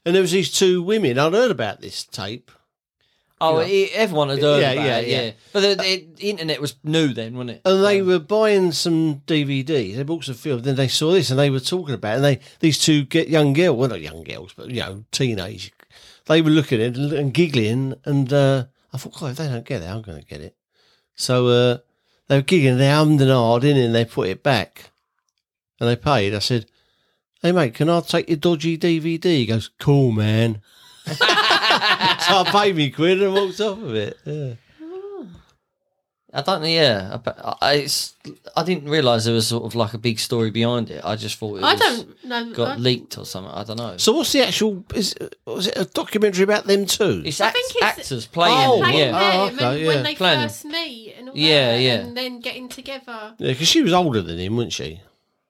Speaker 3: And there was these two women. I'd heard about this tape.
Speaker 2: oh, e- everyone had heard
Speaker 3: Yeah,
Speaker 2: about
Speaker 3: yeah,
Speaker 2: it,
Speaker 3: yeah.
Speaker 2: yeah. But the, the internet was new then, wasn't it?
Speaker 3: And they were buying some DVDs. They bought some films. Then they saw this, and they were talking about. It. And they these two get young girls, well, not young girls, but you know, teenage. They were looking at it and, and giggling, and uh, I thought, God, if they don't get it, I'm going to get it. So uh, they were giggling. They hummed and hawed in, and they put it back, and they paid. I said, "Hey mate, can I take your dodgy DVD?" He goes, "Cool, man." so I paid me quid and walked off of it. Yeah.
Speaker 2: I don't know. Yeah, I, but I- I, it's, I didn't realize there was sort of like a big story behind it. I just thought it
Speaker 4: I
Speaker 2: was,
Speaker 4: don't know.
Speaker 2: got
Speaker 4: I-
Speaker 2: leaked or something. I don't know.
Speaker 3: So what's the actual? Is was it a documentary about them too?
Speaker 2: it's,
Speaker 4: I
Speaker 2: act-
Speaker 4: think it's-
Speaker 2: actors playing.
Speaker 3: Oh,
Speaker 2: yeah,
Speaker 4: Playing
Speaker 3: yeah.
Speaker 4: them
Speaker 3: Oh,
Speaker 4: and
Speaker 3: okay, yeah.
Speaker 4: when they
Speaker 2: Playing them.
Speaker 4: first meet and all
Speaker 2: Yeah,
Speaker 4: that,
Speaker 2: yeah.
Speaker 4: and then getting together.
Speaker 3: Yeah, because she was older than him, wasn't she?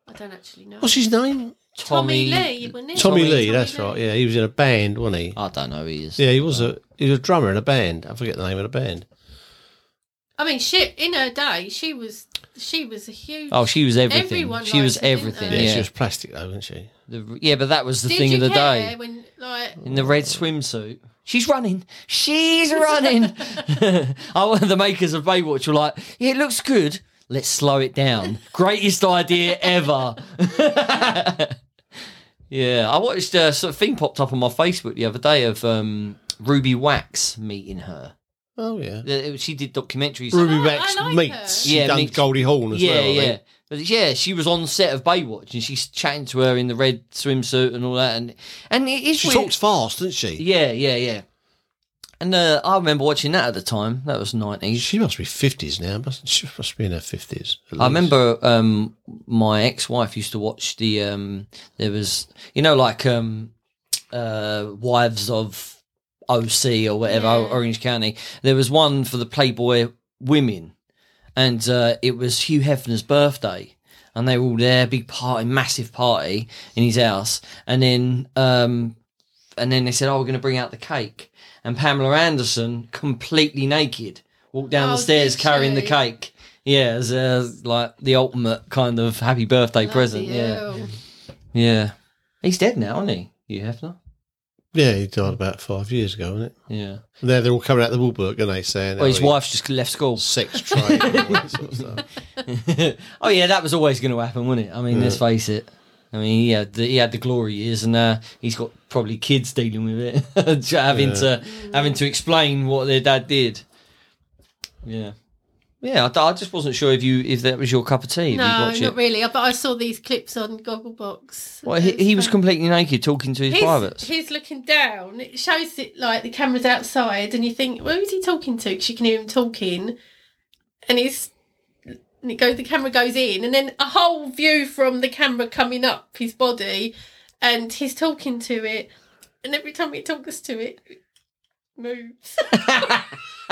Speaker 4: I don't actually know.
Speaker 3: What's his name?
Speaker 4: Tommy, Lee, wasn't it?
Speaker 3: Tommy, Lee. that's
Speaker 4: Lee.
Speaker 3: right. Yeah, he was in a band, wasn't he?
Speaker 2: I don't know. Who he is.
Speaker 3: Yeah, he was a he was a drummer in a band. I forget the name of the band.
Speaker 4: I mean, she in her day, she was she was a huge.
Speaker 2: Oh, she was everything.
Speaker 4: Everyone
Speaker 2: she was
Speaker 4: liked her, didn't
Speaker 2: everything.
Speaker 4: they?
Speaker 3: Yeah,
Speaker 2: Yeah.
Speaker 3: she was plastic though, wasn't she?
Speaker 2: The- yeah, but that was the
Speaker 4: Did
Speaker 2: thing
Speaker 4: you
Speaker 2: of the
Speaker 4: care
Speaker 2: day.
Speaker 4: when like
Speaker 2: in the red swimsuit. She's running. She's running. I want the makers of Baywatch were like, yeah, it looks good. Let's slow it down. Greatest idea ever. yeah, I watched a sort of thing popped up on my Facebook the other day of um, Ruby Wax meeting her.
Speaker 3: Oh yeah,
Speaker 2: Uh, She did documentaries.
Speaker 3: Ruby
Speaker 4: like-
Speaker 3: Wax
Speaker 4: I like
Speaker 3: meets.
Speaker 2: Oh, her.
Speaker 3: She
Speaker 2: Yeah,
Speaker 3: done
Speaker 2: meets-
Speaker 3: Goldie Hawn as
Speaker 2: yeah,
Speaker 3: well. I
Speaker 2: yeah.
Speaker 3: think.
Speaker 2: But yeah, she was on set of Baywatch and she's chatting to her in the red swimsuit and all that. And and it is
Speaker 3: She
Speaker 2: weird.
Speaker 3: talks fast, doesn't she?
Speaker 2: Yeah, yeah, yeah. And uh, I remember watching that at the time. That was nineties.
Speaker 3: She must be fifties now. Must she must be in her fifties?
Speaker 2: I remember um, my ex-wife used to watch the. Um, there was you know like um, uh, wives of OC or whatever
Speaker 4: Yeah.
Speaker 2: Orange County. There was one for the Playboy women, and uh, it was Hugh Hefner's birthday. And they were all there, big party, massive party in his house. And then um, and then they said, "Oh, we're going to bring out the cake." And Pamela Anderson, completely naked, walked down
Speaker 4: Oh,
Speaker 2: the stairs
Speaker 4: did
Speaker 2: carrying the
Speaker 4: she?
Speaker 2: cake. Yeah, as uh, like the ultimate kind of happy birthday
Speaker 4: bloody
Speaker 2: present. Yeah,
Speaker 4: hell.
Speaker 2: yeah. He's dead now, isn't he? You Hefner.
Speaker 3: Yeah, he died about five years ago, wasn't it?
Speaker 2: Yeah.
Speaker 3: And they're, they're all coming out the woodwork, and they saying,
Speaker 2: Well, his
Speaker 3: oh, he-
Speaker 2: wife's just left school.
Speaker 3: sex trade, and all that sort of stuff.
Speaker 2: oh yeah, that was always going to happen, wasn't it? I mean, let's face it. I mean, he had the, he had the glory years, and uh, he's got probably kids dealing with it, Just having to having to explain what their dad did. Yeah, yeah. I, d- I just wasn't sure if you if that was your cup of tea. if you'd
Speaker 4: No,
Speaker 2: watch
Speaker 4: not
Speaker 2: it.
Speaker 4: really. But I saw these clips on Gogglebox.
Speaker 2: Well, he, he was completely naked talking to his
Speaker 4: He's,
Speaker 2: privates.
Speaker 4: he's looking down. It shows it like the camera's outside, and you think, "Who is he talking to?" Because you can hear him talking, and he's and it goes. The camera goes in, and then a whole view from the camera coming up his body, and he's talking to it. And every time he talks to it, it moves.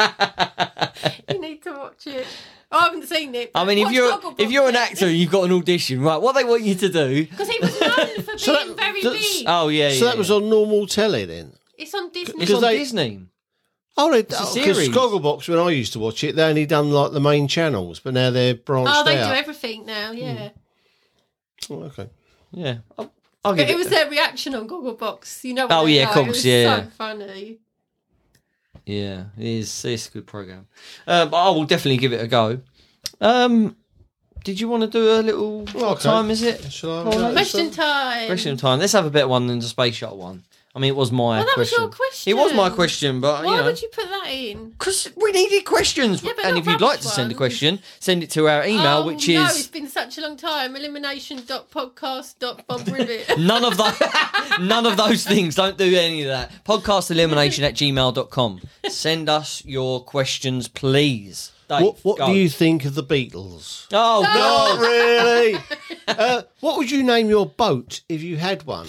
Speaker 4: you need to watch it. Oh, I haven't seen it.
Speaker 2: I mean, if
Speaker 4: Watch
Speaker 2: you're
Speaker 4: Gogglebox.
Speaker 2: if you're an actor and you've got an audition, right? What they want you to do?
Speaker 4: because he was known for
Speaker 3: So
Speaker 4: being
Speaker 3: that-
Speaker 4: very
Speaker 3: that's-
Speaker 4: big.
Speaker 2: Oh yeah,
Speaker 3: So
Speaker 2: yeah,
Speaker 3: that was
Speaker 2: yeah.
Speaker 3: on normal telly then.
Speaker 4: it's on Disney.
Speaker 2: It's on
Speaker 3: they-
Speaker 2: Disney.
Speaker 3: Oh, they,
Speaker 2: a
Speaker 3: because
Speaker 2: series.
Speaker 3: Gogglebox, when I used to watch it, they only done like the main channels, but now they're branched
Speaker 4: Oh, they do
Speaker 3: out.
Speaker 4: everything now,
Speaker 2: Hmm.
Speaker 4: yeah.
Speaker 3: Oh, okay.
Speaker 2: Yeah, I'll, I'll give
Speaker 4: But
Speaker 2: it.
Speaker 4: it was their reaction on Gogglebox, you know. what
Speaker 2: Oh,
Speaker 4: they're
Speaker 2: yeah, of
Speaker 4: like.
Speaker 2: course,
Speaker 4: it was
Speaker 2: yeah.
Speaker 4: So funny.
Speaker 2: Yeah, it is. It's a good program. Uh, but I will definitely give it a go. Um, did you want to do a little? What
Speaker 3: Okay.
Speaker 2: time is it?
Speaker 3: Shall I
Speaker 2: Well,
Speaker 3: have a
Speaker 2: let's-
Speaker 3: go?
Speaker 4: Question time.
Speaker 2: Question time. Let's have a better one than the space shuttle one. I mean, it was my
Speaker 4: Well, that was
Speaker 2: question.
Speaker 4: your question.
Speaker 2: It was my question, but
Speaker 4: Why
Speaker 2: you know,
Speaker 4: would you put that in?
Speaker 2: because we needed questions.
Speaker 4: Yeah, but
Speaker 2: and
Speaker 4: not
Speaker 2: if you'd like
Speaker 4: rubbish
Speaker 2: to send a
Speaker 4: ones.
Speaker 2: question, send it to our email,
Speaker 4: oh,
Speaker 2: which
Speaker 4: no, it's
Speaker 2: is
Speaker 4: been such a long time. Elimination.podcast.bobrivet.
Speaker 2: none of those. none of those things. Don't do any of that. Podcastelimination at gmail.com. Send us your questions, please. Dave,
Speaker 3: What, what
Speaker 2: go.
Speaker 3: do you think of the Beatles?
Speaker 2: Oh
Speaker 3: Not
Speaker 2: God!
Speaker 3: really. uh, what would you name your boat if you had one?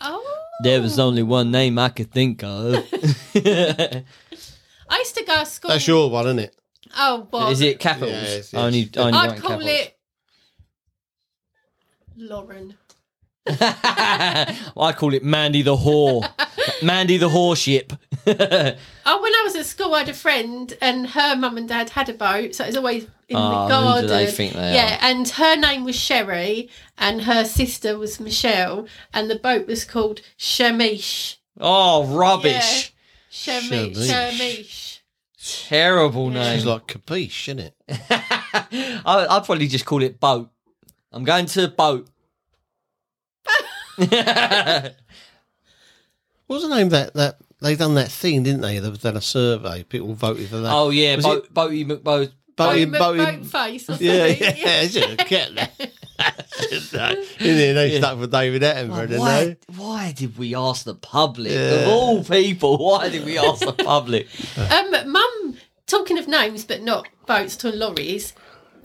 Speaker 4: oh,
Speaker 2: There was only one name I could think of.
Speaker 4: I used to go to school.
Speaker 3: That's your one, isn't it?
Speaker 4: Oh, well.
Speaker 2: Is it capitals?
Speaker 3: Yeah, it's-
Speaker 2: I only, I only
Speaker 4: I'd
Speaker 2: write
Speaker 4: call
Speaker 2: capitals.
Speaker 4: it Lauren.
Speaker 2: I call it Mandy the whore. Mandy the whore ship.
Speaker 4: Oh, when I was at school, I had a friend, and her mum and dad had a boat, so it was always in
Speaker 2: Ah,
Speaker 4: the garden.
Speaker 2: who do they think they
Speaker 4: yeah, and her name was Sherry, and her sister was Michelle, and the boat was called Shamish.
Speaker 2: oh, rubbish.
Speaker 4: Shamish.
Speaker 3: Shamish.
Speaker 4: Shamish.
Speaker 2: Terrible name.
Speaker 3: It's like capiche, isn't it?
Speaker 2: I, I'd probably just call it boat. I'm going to the boat.
Speaker 3: What was the name of that that they done that thing, didn't they? They've done a survey. People voted for that.
Speaker 2: oh yeah,
Speaker 3: Was
Speaker 2: boat, boaty McBoat.
Speaker 4: Boat,
Speaker 3: voted,
Speaker 4: boat,
Speaker 3: voted-
Speaker 4: face. Or something.
Speaker 3: Yeah, yeah, it's a cat. In there, they stuck for David Attenborough, didn't
Speaker 2: Why,
Speaker 3: they?
Speaker 2: why did we ask the public
Speaker 3: Yeah.
Speaker 2: of all people? Why did we ask the public?
Speaker 4: Um, mum, talking of names, but not boats to lorries,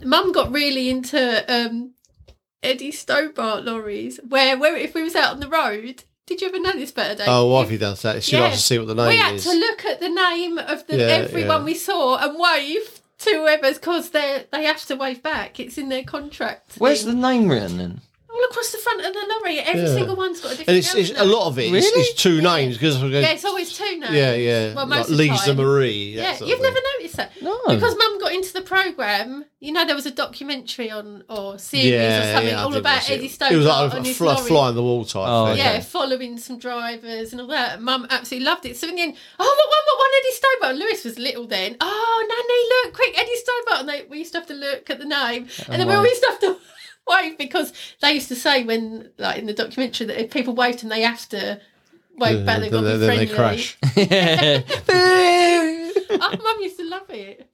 Speaker 4: mum got really into um, Eddie Stobart lorries. Where, where if we was out on the road, did you ever know this better day?
Speaker 3: Oh, wifey does that. She likes to see what the name
Speaker 4: we had
Speaker 3: is.
Speaker 4: to look at the name of the
Speaker 3: Yeah,
Speaker 4: everyone
Speaker 3: yeah.
Speaker 4: we saw and wave to whoever's because they they have to wave back. It's in their contract.
Speaker 2: Where's
Speaker 4: thing.
Speaker 2: the name written then?
Speaker 4: all across the front of the lorry? Every
Speaker 3: Yeah.
Speaker 4: single one's got a different.
Speaker 3: and it's,
Speaker 4: name,
Speaker 3: it's a
Speaker 4: hasn't it?
Speaker 3: lot of it. It's,
Speaker 2: Really?
Speaker 3: it's two names because
Speaker 4: Yeah, it's always two names.
Speaker 3: yeah, yeah,
Speaker 4: Well, most
Speaker 3: like
Speaker 4: of the
Speaker 3: Lisa
Speaker 4: time.
Speaker 3: Marie. that
Speaker 4: Yeah,
Speaker 3: sort
Speaker 4: you've
Speaker 3: of
Speaker 4: never
Speaker 3: thing.
Speaker 4: noticed that.
Speaker 2: No.
Speaker 4: Because Mum got into the program, you know, there was a documentary on or series or something
Speaker 3: I
Speaker 4: all
Speaker 3: did
Speaker 4: about
Speaker 3: watch it.
Speaker 4: Eddie Stone.
Speaker 3: It was like a,
Speaker 4: on his
Speaker 3: fly,
Speaker 4: lorry.
Speaker 3: fly on the wall type.
Speaker 2: Oh,
Speaker 3: thing.
Speaker 2: okay.
Speaker 4: Yeah, following some drivers and all that. Mum absolutely loved it. So in the end, oh, what one, what one, Eddie Stobart. And Lewis was little then. Oh, Nanny, look, quick, Eddie Stobart. And they, we used to have to look at the name. And then we
Speaker 2: wave.
Speaker 4: always have to wave because they used to say when, like in the documentary, that if people waved and they have to wave back, they've got to
Speaker 3: then,
Speaker 4: be friendly.
Speaker 3: then they crash.
Speaker 2: okay,
Speaker 4: Oh, Mum used to love it.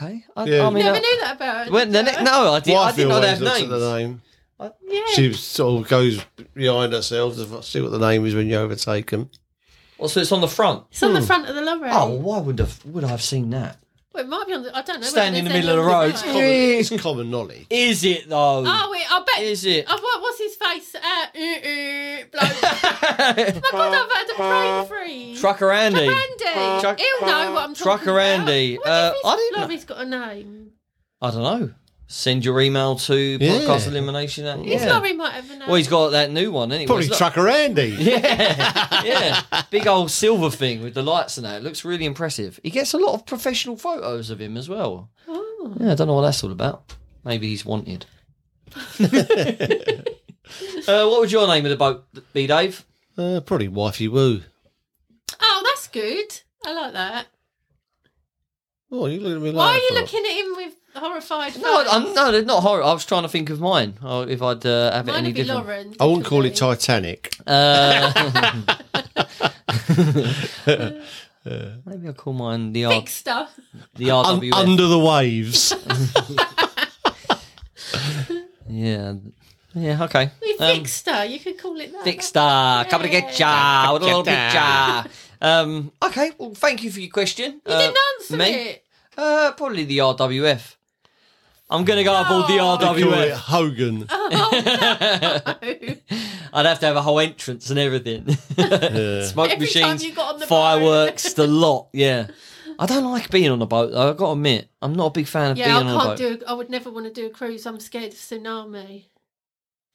Speaker 2: I,
Speaker 3: Yeah.
Speaker 2: I mean,
Speaker 4: Never
Speaker 2: I-
Speaker 4: knew that about her.
Speaker 2: when the
Speaker 4: did
Speaker 2: ne-
Speaker 4: you?
Speaker 2: no, I, did, I
Speaker 3: Wifey
Speaker 2: didn't know they
Speaker 3: always
Speaker 2: have
Speaker 3: looks at
Speaker 2: names.
Speaker 3: the name.
Speaker 4: Yeah.
Speaker 3: She sort of goes behind herself to see what the name is when you overtake them.
Speaker 2: Well, Oh, so it's on the front.
Speaker 4: It's on the front Oh, of the lorry.
Speaker 2: Oh, why would have would I have seen that?
Speaker 4: Well, it might be on the. I don't know.
Speaker 2: Stand in
Speaker 4: whether
Speaker 2: the
Speaker 4: there's
Speaker 2: middle of the
Speaker 4: any
Speaker 2: road.
Speaker 4: on
Speaker 3: Common, it's common knowledge.
Speaker 2: Is it though?
Speaker 4: Oh, wait, I bet.
Speaker 2: Is it?
Speaker 4: Oh, what, what's his face? Uh, uh, uh, bloke. My God, I've had a brain freeze.
Speaker 2: Trucker Andy.
Speaker 4: Trucker Andy.
Speaker 2: Truck-
Speaker 4: He'll know what I'm
Speaker 2: Trucker
Speaker 4: talking about.
Speaker 2: Andy.
Speaker 4: What
Speaker 2: Uh,
Speaker 4: if
Speaker 2: I
Speaker 4: his
Speaker 2: didn't know.
Speaker 4: lorry's got a name?
Speaker 2: I don't know. Send your email to
Speaker 3: Yeah.
Speaker 2: podcast elimination. At,
Speaker 4: His
Speaker 2: yeah.
Speaker 4: lorry might have a name.
Speaker 2: Well, he's got that new one, anyway.
Speaker 3: Probably Trucker Andy.
Speaker 2: Yeah, yeah. Big old silver thing with the lights and that. It looks really impressive. He gets a lot of professional photos of him as well.
Speaker 4: Oh.
Speaker 2: Yeah, I don't know what that's all about. Maybe he's wanted. uh, what would your name of the boat be, Dave?
Speaker 3: Uh, probably Wifey Woo.
Speaker 4: Oh, that's good. I like that.
Speaker 3: Oh, you looking at me like
Speaker 4: Why are you
Speaker 3: that?
Speaker 4: looking at him with horrified
Speaker 2: No,
Speaker 4: face?
Speaker 2: I'm, no, they're not horror. I was trying to think of mine. Oh, if I'd uh, have it
Speaker 4: Mine
Speaker 2: any
Speaker 4: would be
Speaker 2: different.
Speaker 4: Lauren.
Speaker 3: I wouldn't call it
Speaker 4: definitely.
Speaker 3: Titanic.
Speaker 2: Uh, maybe I'll call mine the R-
Speaker 4: Big stuff.
Speaker 2: the
Speaker 3: Un-
Speaker 2: RWF.
Speaker 3: under the waves.
Speaker 2: yeah, yeah, okay.
Speaker 4: Big
Speaker 2: Um,
Speaker 4: Star. You could call it that.
Speaker 2: Thick star, coming to get ya, with a little picture. Um, okay, well, thank you for your question.
Speaker 4: You didn't answer
Speaker 2: me?
Speaker 4: it.
Speaker 2: Uh, probably the RWF. I'm gonna go aboard the
Speaker 4: No.
Speaker 3: They call it
Speaker 2: RWF.
Speaker 3: Hogan.
Speaker 4: Oh,
Speaker 2: I'd have to have a whole entrance and everything. Smoke
Speaker 4: Every time
Speaker 2: machines,
Speaker 4: you got on the
Speaker 2: fireworks, the lot. Yeah, I don't like being on a boat. though, I've got to admit, I'm not a big fan of
Speaker 4: Yeah,
Speaker 2: being
Speaker 4: I
Speaker 2: on a boat.
Speaker 4: can't do. I would never want to do a cruise. I'm scared of tsunami.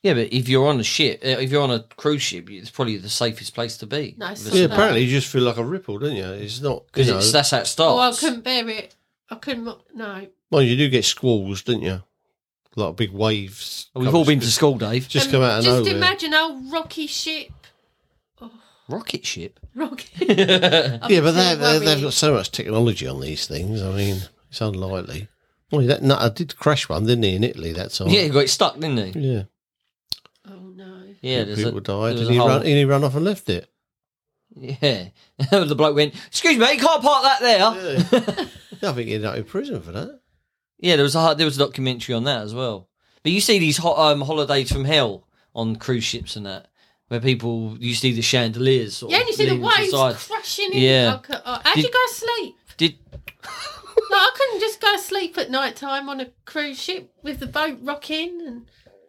Speaker 2: Yeah, but if you're on a ship, uh, if you're on a cruise ship, it's probably the safest place to be.
Speaker 4: No, it's
Speaker 2: With a
Speaker 3: Yeah,
Speaker 4: No.
Speaker 3: apparently you just feel like a ripple, don't you? It's not you
Speaker 2: Because
Speaker 3: know,
Speaker 2: it's that's how it
Speaker 4: Oh, I
Speaker 2: starts.
Speaker 4: couldn't bear it. I couldn't. mo- No.
Speaker 3: well, you do get squalls, don't you? Like big waves.
Speaker 2: We've
Speaker 3: come-
Speaker 2: all been to school, Dave.
Speaker 3: just
Speaker 4: Um,
Speaker 3: come out of
Speaker 4: Just
Speaker 3: nowhere.
Speaker 4: imagine old rocky ship.
Speaker 2: Rocket ship.
Speaker 4: Rocky.
Speaker 3: yeah, but they, they,
Speaker 4: worried.
Speaker 3: they've got so much technology on these things. I mean, it's unlikely. Well, that nut I did crash one, didn't he, in Italy? That's all.
Speaker 2: Yeah, he got it stuck, didn't he?
Speaker 3: yeah.
Speaker 4: oh no.
Speaker 2: Yeah, there's a-
Speaker 3: People died,
Speaker 2: there was
Speaker 3: and
Speaker 2: a
Speaker 3: he,
Speaker 2: whole-
Speaker 3: run, and he ran off and left it.
Speaker 2: Yeah, the bloke went. Excuse me, you can't park that there. Yeah,
Speaker 3: I think he'd out of prison for that.
Speaker 2: there was a there was a documentary on that as well. But you see these hot um, holidays from hell on cruise ships and that, where people you see the chandeliers. Sort
Speaker 4: Yeah,
Speaker 2: of
Speaker 4: and you see the
Speaker 2: leaning to
Speaker 4: waves
Speaker 2: side.
Speaker 4: crashing in.
Speaker 2: Yeah.
Speaker 4: I cou- oh, how'd
Speaker 2: Did-
Speaker 4: you go to sleep?
Speaker 2: Did
Speaker 4: Like, I couldn't just go to sleep at night time on a cruise ship with the boat rocking. And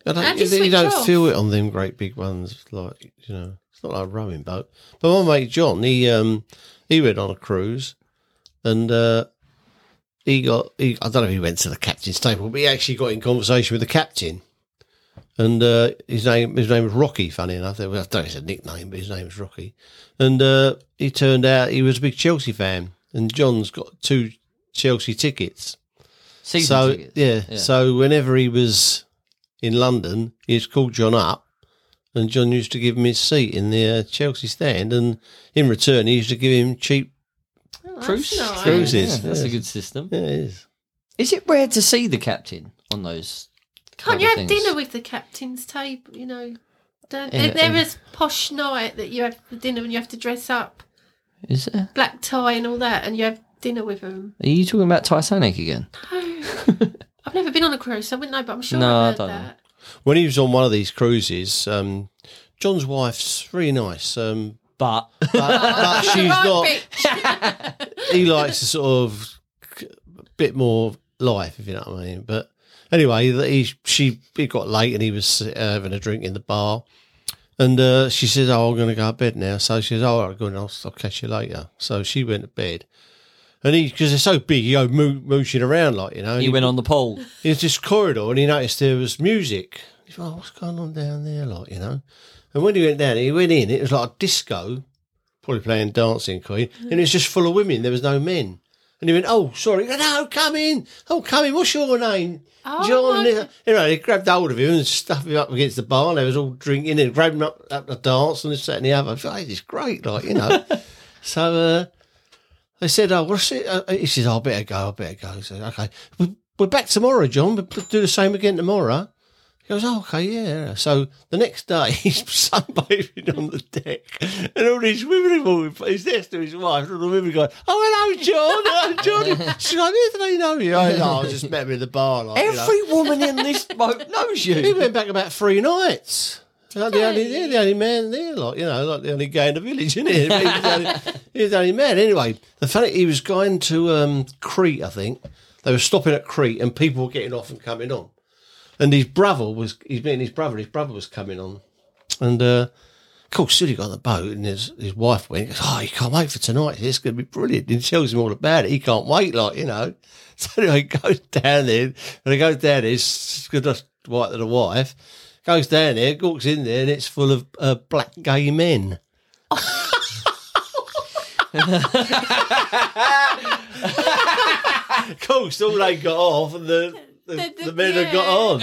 Speaker 3: I don't,
Speaker 4: And
Speaker 3: you,
Speaker 4: you switch
Speaker 3: don't
Speaker 4: off.
Speaker 3: feel it on them great big ones, like you know, it's not like a rowing boat. But my mate John, he um, he went on a cruise, and uh, he got he, I don't know if he went to the captain's table, but he actually got in conversation with the captain, and uh, his name his name was Rocky. Funny enough, It was- I don't know it's a nickname, but his name was Rocky. And uh, he turned out he was a big Chelsea fan, and John's got two Chelsea tickets.
Speaker 2: Season
Speaker 3: so
Speaker 2: tickets.
Speaker 3: yeah,
Speaker 2: Yeah.
Speaker 3: so whenever he was in London, he'd call John up, and John used to give him his seat in the uh, Chelsea stand, and in return, he used to give him cheap.
Speaker 4: Oh, that's
Speaker 2: Cruise,
Speaker 4: nice.
Speaker 3: Cruises,
Speaker 2: Yeah, that's a
Speaker 3: yeah.
Speaker 2: good system.
Speaker 3: Yeah, it is.
Speaker 2: Is it rare to see the captain on those?
Speaker 4: Can't you
Speaker 2: kind
Speaker 4: have
Speaker 2: of things?
Speaker 4: dinner with the captain's table? You know, don't,
Speaker 2: In-
Speaker 4: there, there
Speaker 2: in-
Speaker 4: is posh night that you have for dinner and you have to dress up,
Speaker 2: Is there?
Speaker 4: black tie and all that, and you have dinner with them.
Speaker 2: Are you talking about Titanic again?
Speaker 4: I've never been on a cruise, so I wouldn't know, but I'm sure
Speaker 2: No, I
Speaker 4: I've heard
Speaker 2: don't know.
Speaker 4: that.
Speaker 3: When he was on one of these cruises, um, John's wife's really nice, um,
Speaker 2: But
Speaker 3: but, but she's
Speaker 4: Right,
Speaker 3: not.
Speaker 4: bitch.
Speaker 3: he likes a sort of bit more life, if you know what I mean. But anyway, he she it got late and he was uh, having a drink in the bar, and uh, she says, "Oh, I'm going to go to bed now." So she says, "Oh, all right, good, I'll, I'll catch you later." So she went to bed, and he because they're so big, he go moo- mooching around like you know. and
Speaker 2: he went on the pole.
Speaker 3: he was this corridor and he noticed there was music. He's like, what's going on down there, like, you know? And when he went down, he went in, it was like a disco, probably playing Dancing Queen, and it was just full of women, there was no men. And he went, oh, sorry, no, come in, oh, come in, what's your name?
Speaker 4: Oh,
Speaker 3: John.
Speaker 4: my-
Speaker 3: You know, they grabbed hold of him and stuffed him up against the bar, and they was all drinking and grabbed him up at the dance and this, that, and the other. I was like, it's great, like, you know. so, uh, they said, "Oh, what's it?" Uh, he says, "I better go. I better go." He said, "Okay, We- we're back tomorrow, John. We'll do the same again tomorrow." He goes, "Oh, okay, yeah." So the next day, he's sunbathing on the deck, and all these women are walking. by. He's next to his wife, and all the women going, "Oh, hello, John. Hello, John." She's like, "Who do they know you?" I, oh, I just met him in the bar. Like, you know.
Speaker 2: Every woman in this boat knows
Speaker 3: He
Speaker 2: you.
Speaker 3: went back about three nights. Like the only,
Speaker 4: they?
Speaker 3: they're the only man there, like you know, like the only guy in the village, isn't it? He was the only, he was the only man. Anyway, the fact he was going to um, Crete, I think they were stopping at Crete, and people were getting off and coming on. And his brother was, he's meeting his brother. His brother was coming on, and uh, of course, Sully got on the boat, and his his wife went, "Oh, he can't wait for tonight. It's going to be brilliant." And he tells him all about it. He can't wait, like you know. So anyway, he goes down there, and he goes down there. It's good enough white to the wife. Goes down there, walks in there, and it's full of uh, black gay men. of course, all they got off, and the the,
Speaker 4: The- the-
Speaker 3: the men had got
Speaker 4: yeah.
Speaker 3: on.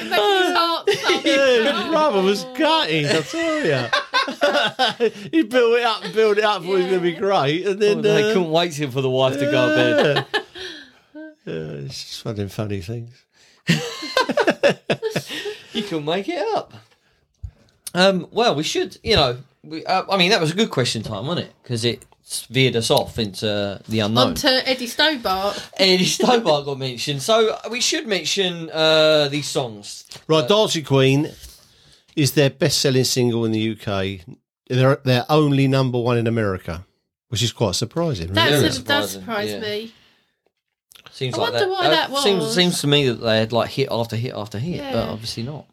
Speaker 4: Imagine his heart thumping.
Speaker 3: Yeah, his brother was gutted, I tell you. he built it up, built it up, thought it was going to be great, and then
Speaker 2: Oh, they
Speaker 3: uh,
Speaker 2: couldn't wait till for the wife to go to bed.
Speaker 3: yeah. Yeah, it's just one of them funny things.
Speaker 2: You can make it up. Um, well, we should, you know, we, uh, I mean, that was a good question time, wasn't it? Because it veered us off into the unknown.
Speaker 4: Onto Eddie Stobart.
Speaker 2: Eddie Stobart got mentioned, so we should mention uh, these songs.
Speaker 4: Uh,
Speaker 3: Right, Dancing Queen is their best-selling single in the UK. They're they're only number one in America, which is quite surprising.
Speaker 4: That
Speaker 3: really.
Speaker 2: Really
Speaker 4: sort of does
Speaker 2: surprising,
Speaker 4: surprise
Speaker 2: yeah.
Speaker 4: me.
Speaker 2: Seems
Speaker 4: I
Speaker 2: like
Speaker 4: wonder
Speaker 2: that. Uh,
Speaker 4: why that
Speaker 2: Seems,
Speaker 4: was.
Speaker 2: seems to me that they had like hit after hit after hit, but
Speaker 4: Yeah.
Speaker 2: obviously not.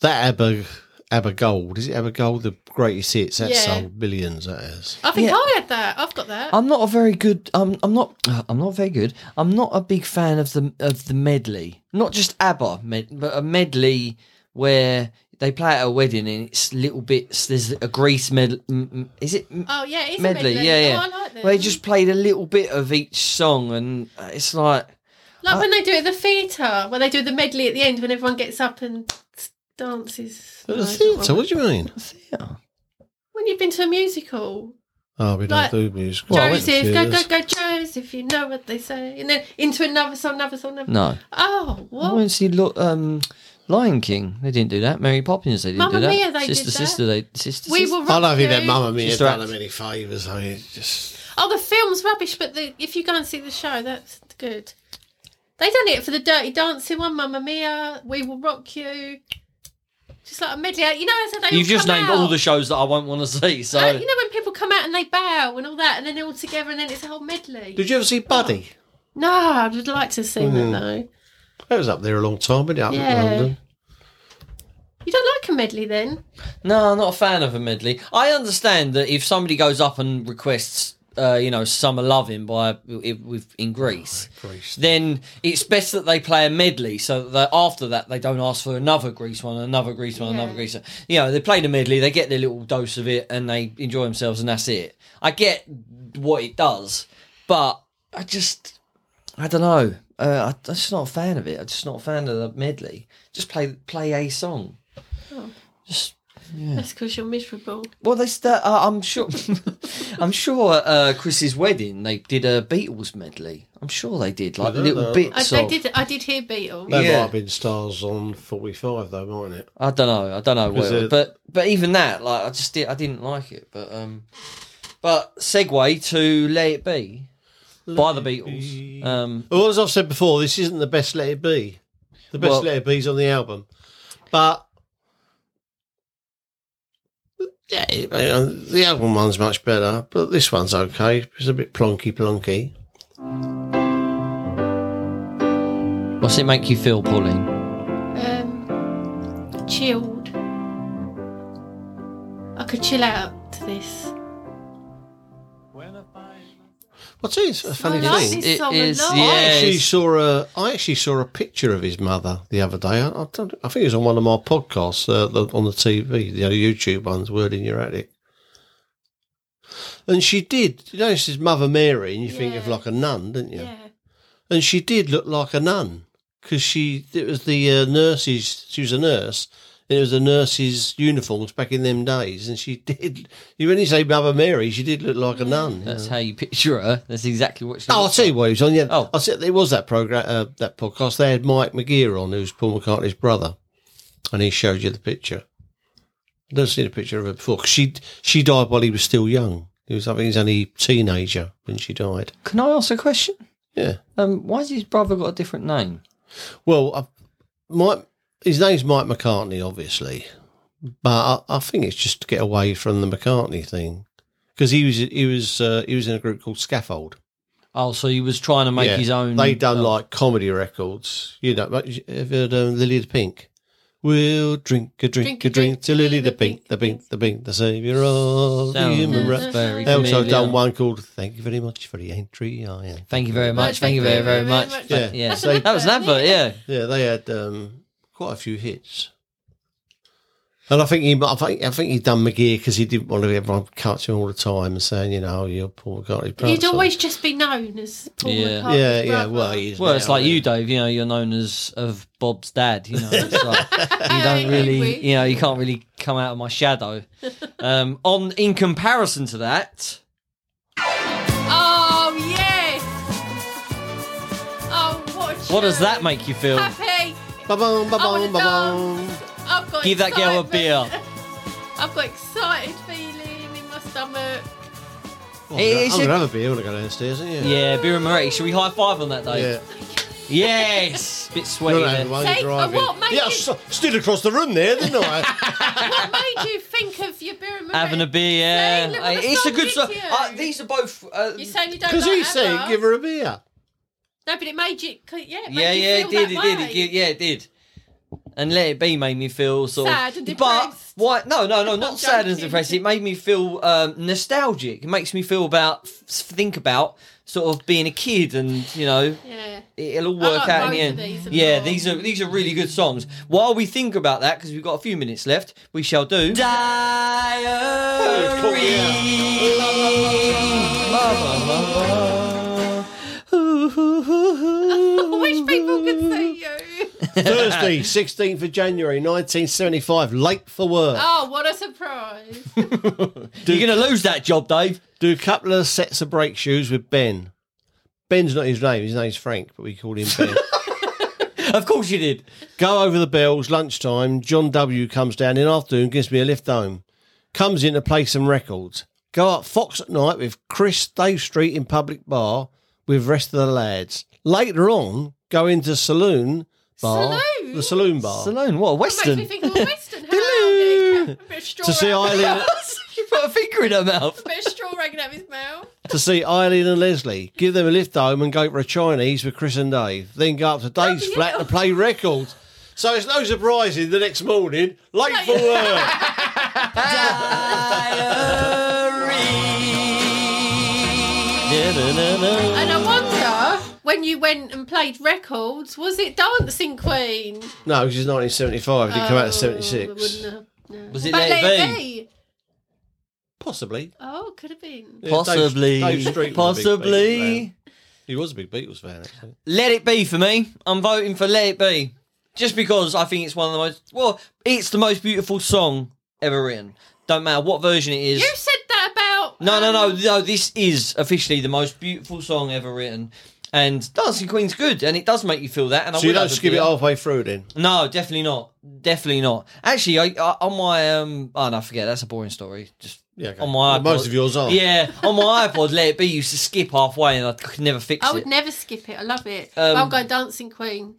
Speaker 3: That Abba Abba Gold is it Abba Gold? The greatest hits that
Speaker 4: Yeah.
Speaker 3: sold billions. That is.
Speaker 4: I think
Speaker 2: Yeah.
Speaker 4: I had that. I've got that.
Speaker 2: I'm not a very good. I'm. I'm not. uh, I'm not very good. I'm not a big fan of the of the medley. Not just ABBA, med, but a medley where they play at a wedding and it's little bits. There's a Grease medley. Is it m-
Speaker 4: oh yeah, it's
Speaker 2: medley?
Speaker 4: a medley.
Speaker 2: Yeah, yeah.
Speaker 4: Oh, I like that.
Speaker 2: where they just played a little bit of each song, and uh, it's like
Speaker 4: like when they do it at the theatre, when they do the medley at the end, when everyone gets up and s- dances.
Speaker 3: But
Speaker 4: No,
Speaker 3: the
Speaker 4: I don't
Speaker 3: theatre,
Speaker 4: want-
Speaker 3: what do you mean?
Speaker 2: yeah.
Speaker 4: When you've been to a musical,
Speaker 3: Oh, we don't
Speaker 4: Like,
Speaker 3: do music. Oh,
Speaker 4: Joseph, go go go, Joseph, you know what they say, and then into another song, another song, another.
Speaker 2: No,
Speaker 4: Oh,
Speaker 2: I
Speaker 4: what?
Speaker 2: want to see Lo- um, Lion King. They didn't do that. Mary Poppins. They didn't
Speaker 4: Mamma
Speaker 2: do that.
Speaker 4: Mia, they
Speaker 2: sister,
Speaker 4: did that.
Speaker 2: sister, they sister.
Speaker 4: we
Speaker 2: sister.
Speaker 4: were.
Speaker 3: I don't think that
Speaker 4: Rockaboo.
Speaker 3: Mama Mia
Speaker 2: She's
Speaker 3: done
Speaker 2: right.
Speaker 3: them any favours. I mean, it's just
Speaker 4: Oh, the film's rubbish, but the, if you go and see the show, that's good. They done it for the Dirty Dancing one, Mamma Mia, We Will Rock You. Just like a medley. You know, as they
Speaker 2: You've
Speaker 4: all
Speaker 2: just
Speaker 4: come
Speaker 2: named
Speaker 4: out.
Speaker 2: all the shows that I won't want to see. So
Speaker 4: Uh, you know when people come out and they bow and all that, and then they're all together, and then it's a whole medley.
Speaker 3: Did you ever see Buddy?
Speaker 4: No, I would like to see
Speaker 2: Mm.
Speaker 4: that though.
Speaker 3: That was up there a long time, wasn't it? Up
Speaker 4: Yeah.
Speaker 3: in London.
Speaker 4: You don't like a medley then?
Speaker 2: No, I'm not a fan of a medley. I understand that if somebody goes up and requests uh, you know, Summer Loving by it, with in Greece.
Speaker 3: Greece.
Speaker 2: Then it's best that they play a medley, so that after that they don't ask for another Greece one, another Greece one, another
Speaker 4: Yeah.
Speaker 2: Greece. One. You know, they play the medley, they get their little dose of it, and they enjoy themselves, and that's it. I get what it does, but I just, I don't know. Uh, I, I'm just not a fan of it. I'm just not a fan of the medley. Just play play a song. Just
Speaker 4: That's because you're miserable.
Speaker 2: well, they st- uh, I'm sure. I'm sure uh, Chris's wedding they did a Beatles medley. I'm sure they did like
Speaker 3: Did they?
Speaker 2: little
Speaker 3: No.
Speaker 4: I,
Speaker 2: bits.
Speaker 4: I
Speaker 2: of-
Speaker 4: did. I did hear Beatles.
Speaker 3: There
Speaker 2: Yeah.
Speaker 3: might have been stars on 45, though, mightn't it?
Speaker 2: I don't know. I don't know.
Speaker 3: Was
Speaker 2: What, it-
Speaker 3: it-
Speaker 2: But but even that, like, I just did. I didn't like it. But um, but segue to Let It Be by the Beatles. Um,
Speaker 3: Well, as I've said before, this isn't the best Let It Be. The best
Speaker 2: Well-
Speaker 3: Let It Be's on the album. But. Yeah, it- uh, the album one's much better, but this one's okay. It's a bit plonky plonky.
Speaker 2: what's it make you feel, Pauline?
Speaker 4: Um, chilled. I could chill out to this.
Speaker 3: Well, tell you, it's a funny
Speaker 4: I like
Speaker 3: thing.
Speaker 4: this song a lot.
Speaker 2: yeah,
Speaker 3: I actually
Speaker 2: it's-
Speaker 3: saw a I actually saw a picture of his mother the other day. I, I, don't, I think it was on one of my podcasts uh, the, on the TV, the YouTube ones, Word in Your Attic. And she did. You know, this is Mother Mary, and you think of
Speaker 4: Yeah.
Speaker 3: like a nun, don't you?
Speaker 4: Yeah.
Speaker 3: And she did look like a nun because she it was the uh, nurses. She was a nurse. and It was the nurses' uniforms back in them days, and she did. You when you say Mother Mary, she did look like a nun. you
Speaker 2: That's how you picture her. That's exactly what she.
Speaker 3: Oh, I'll
Speaker 2: looks
Speaker 3: tell you what he was on. Yeah,
Speaker 2: Oh.
Speaker 3: I said there was that program, uh, that podcast. They had Mike McGear on, who's Paul McCartney's brother, and he showed you the picture. I've never seen a picture of her before. 'cause she she died while he was still young. He was, I think, he was only teenager when she died.
Speaker 2: like. Can I ask a question?
Speaker 3: Yeah.
Speaker 2: Um, why's his brother got a different name?
Speaker 3: Well, I, Mike, his name's Mike McCartney, obviously, but I, I think it's just to get away from the McCartney thing because he was he was uh, he was in a group called Scaffold.
Speaker 2: Oh, so he was trying to make
Speaker 3: Mm-hmm. Yeah,
Speaker 2: his own.
Speaker 3: They done
Speaker 2: oh.
Speaker 3: like comedy records, you know. Like, have you heard um, Lily the Pink? We'll drink a drink, a drink, to Lily the Pink, the Pink, the Pink, the saviour of the
Speaker 2: Sounds
Speaker 3: human race.
Speaker 2: very
Speaker 3: They also
Speaker 2: familiar.
Speaker 3: done one called "Thank you very much for the entry." Oh, I am.
Speaker 2: Thank you very much. Thank you very, very much.
Speaker 3: Yeah.
Speaker 2: Yeah,
Speaker 4: That's
Speaker 3: They-
Speaker 4: an
Speaker 2: that was an advert. Yeah,
Speaker 3: Yeah, they had um, quite a few hits, and I think he, I think, I think he done McGear because he didn't want to everyone catching all the time and saying, you know, oh, you're Paul McCartney.
Speaker 4: But He'd
Speaker 3: grandson."
Speaker 4: always just be known as Paul
Speaker 2: Yeah.
Speaker 4: McCartney's
Speaker 3: yeah, yeah.
Speaker 4: brother.
Speaker 3: Well, he is
Speaker 2: well, it's
Speaker 3: now,
Speaker 2: like
Speaker 3: yeah.
Speaker 2: you, Dave. You know, you're known as of Bob's dad. You know, it's like you
Speaker 4: Hey,
Speaker 2: don't really,
Speaker 4: Edwin.
Speaker 2: you know, you can't really come out of my shadow. Um, on in comparison to that,
Speaker 4: Oh yes. Oh what? A
Speaker 2: what does
Speaker 4: show.
Speaker 2: that make you feel?
Speaker 4: Happy. wanna
Speaker 3: Ba-boom, ba-boom, ba-boom.
Speaker 4: dance. I've got
Speaker 2: Give that girl a
Speaker 4: excitement.
Speaker 2: beer.
Speaker 4: I've got excited feeling in my stomach.
Speaker 3: Oh,
Speaker 2: It
Speaker 3: I'm
Speaker 2: is
Speaker 3: gonna
Speaker 2: a-
Speaker 3: have a beer when I go downstairs, isn't you?
Speaker 2: Yeah, beer and Moretti. Should we high five on that, Dave?
Speaker 3: Yeah.
Speaker 2: Yes, bit sweaty.
Speaker 3: You're not having
Speaker 2: there.
Speaker 3: one,
Speaker 4: Take
Speaker 3: you're driving.
Speaker 4: a walk, mate.
Speaker 3: yeah, I s- stood across the room there, didn't I?
Speaker 4: What made you think of your beer and
Speaker 2: Having a
Speaker 4: Moretti?
Speaker 2: beer. Yeah,
Speaker 4: See, look what
Speaker 2: Hey,
Speaker 4: the
Speaker 2: it's a
Speaker 4: song
Speaker 2: good
Speaker 4: did
Speaker 2: song.
Speaker 4: to you.
Speaker 2: Uh, these are both. Uh,
Speaker 4: You saying you don't
Speaker 3: Because
Speaker 4: like
Speaker 3: he said,
Speaker 4: Abba?
Speaker 3: give her a beer.
Speaker 4: No, but it made you. Yeah, it made
Speaker 2: yeah,
Speaker 4: you
Speaker 2: yeah,
Speaker 4: feel
Speaker 2: it did,
Speaker 4: that
Speaker 2: it did,
Speaker 4: way.
Speaker 2: it did, yeah, it did. And Let It Be made me feel sort
Speaker 4: Sad
Speaker 2: of
Speaker 4: and
Speaker 2: But
Speaker 4: depressed.
Speaker 2: why? No, no, no, not sad and
Speaker 4: joking.
Speaker 2: depressed. It made me feel um, nostalgic. It makes me feel about, think about sort of being a kid, and you know,
Speaker 4: Yeah.
Speaker 2: it'll all
Speaker 4: I
Speaker 2: work
Speaker 4: like
Speaker 2: out
Speaker 4: both
Speaker 2: in the
Speaker 4: of
Speaker 2: end.
Speaker 4: these a
Speaker 2: yeah,
Speaker 4: lot.
Speaker 2: these are these are really good songs. While we think about that, because we've got a few minutes left, we shall do diary.
Speaker 4: I wish people could see you.
Speaker 3: Thursday, 16th of January, 1975, late for work.
Speaker 4: Oh, what a surprise!
Speaker 2: You're going to lose that job, Dave.
Speaker 3: Do a couple of sets of break shoes with Ben. Ben's not his name, his name's Frank, but we call him Ben.
Speaker 2: Of course you did.
Speaker 3: Go over the bells, lunchtime. John W. comes down in afternoon, gives me a lift home. Comes in to play some records. Go up Fox at night with Chris Dave Street in public bar with rest of the lads. Later on, go into saloon bar,
Speaker 4: Saloon?
Speaker 3: the saloon bar,
Speaker 2: Stallone, what a
Speaker 4: Makes
Speaker 2: Western.
Speaker 4: me think of a Western. Hello,
Speaker 3: to see Eileen
Speaker 2: you put a finger in her mouth.
Speaker 4: Bit of straw hanging out of his mouth.
Speaker 3: to see Eileen and Leslie. Give them a lift home and go for a Chinese with Chris and Dave. Then go up to Dave's
Speaker 4: Bloody
Speaker 3: flat
Speaker 4: hell.
Speaker 3: and play records. So it's no surprising the next morning, late for work.
Speaker 2: Diary. Da-da-da-da.
Speaker 4: And I wonder when you went and played records, was it Dancing Queen?
Speaker 3: No, because it's 1975. It didn't come out in
Speaker 4: Oh, it
Speaker 3: 76.
Speaker 4: wouldn't have- no.
Speaker 2: Was it
Speaker 4: But
Speaker 2: Let It Be?
Speaker 3: Possibly.
Speaker 4: Oh, could have been.
Speaker 3: Yeah, Dave-
Speaker 2: Possibly.
Speaker 3: Dave Street was a big Beatles fan.
Speaker 2: possibly.
Speaker 3: He was a big Beatles fan, actually.
Speaker 2: Let it be for me. I'm voting for Let It Be. Just because I think it's one of the most, well, it's the most beautiful song ever written. Don't matter what version it is.
Speaker 4: You said that about.
Speaker 2: No, no,
Speaker 4: um,
Speaker 2: no, no. This is officially the most beautiful song ever written, and Dancing Queen's good, and it does make you feel that. And I
Speaker 3: So you
Speaker 2: will
Speaker 3: don't
Speaker 2: have a
Speaker 3: skip it
Speaker 2: beer.
Speaker 3: halfway through then?
Speaker 2: No, definitely not. Definitely not. Actually, I, I on my um, oh no, forget it, that's a boring story. Just
Speaker 3: Yeah. okay.
Speaker 2: on my
Speaker 3: Well,
Speaker 2: iPod,
Speaker 3: most of yours are.
Speaker 2: Yeah, on my iPod, Let It Be used to skip halfway, and I could never fix
Speaker 4: I
Speaker 2: it.
Speaker 4: would never skip it. I love it.
Speaker 2: Um,
Speaker 4: I'm going Dancing Queen.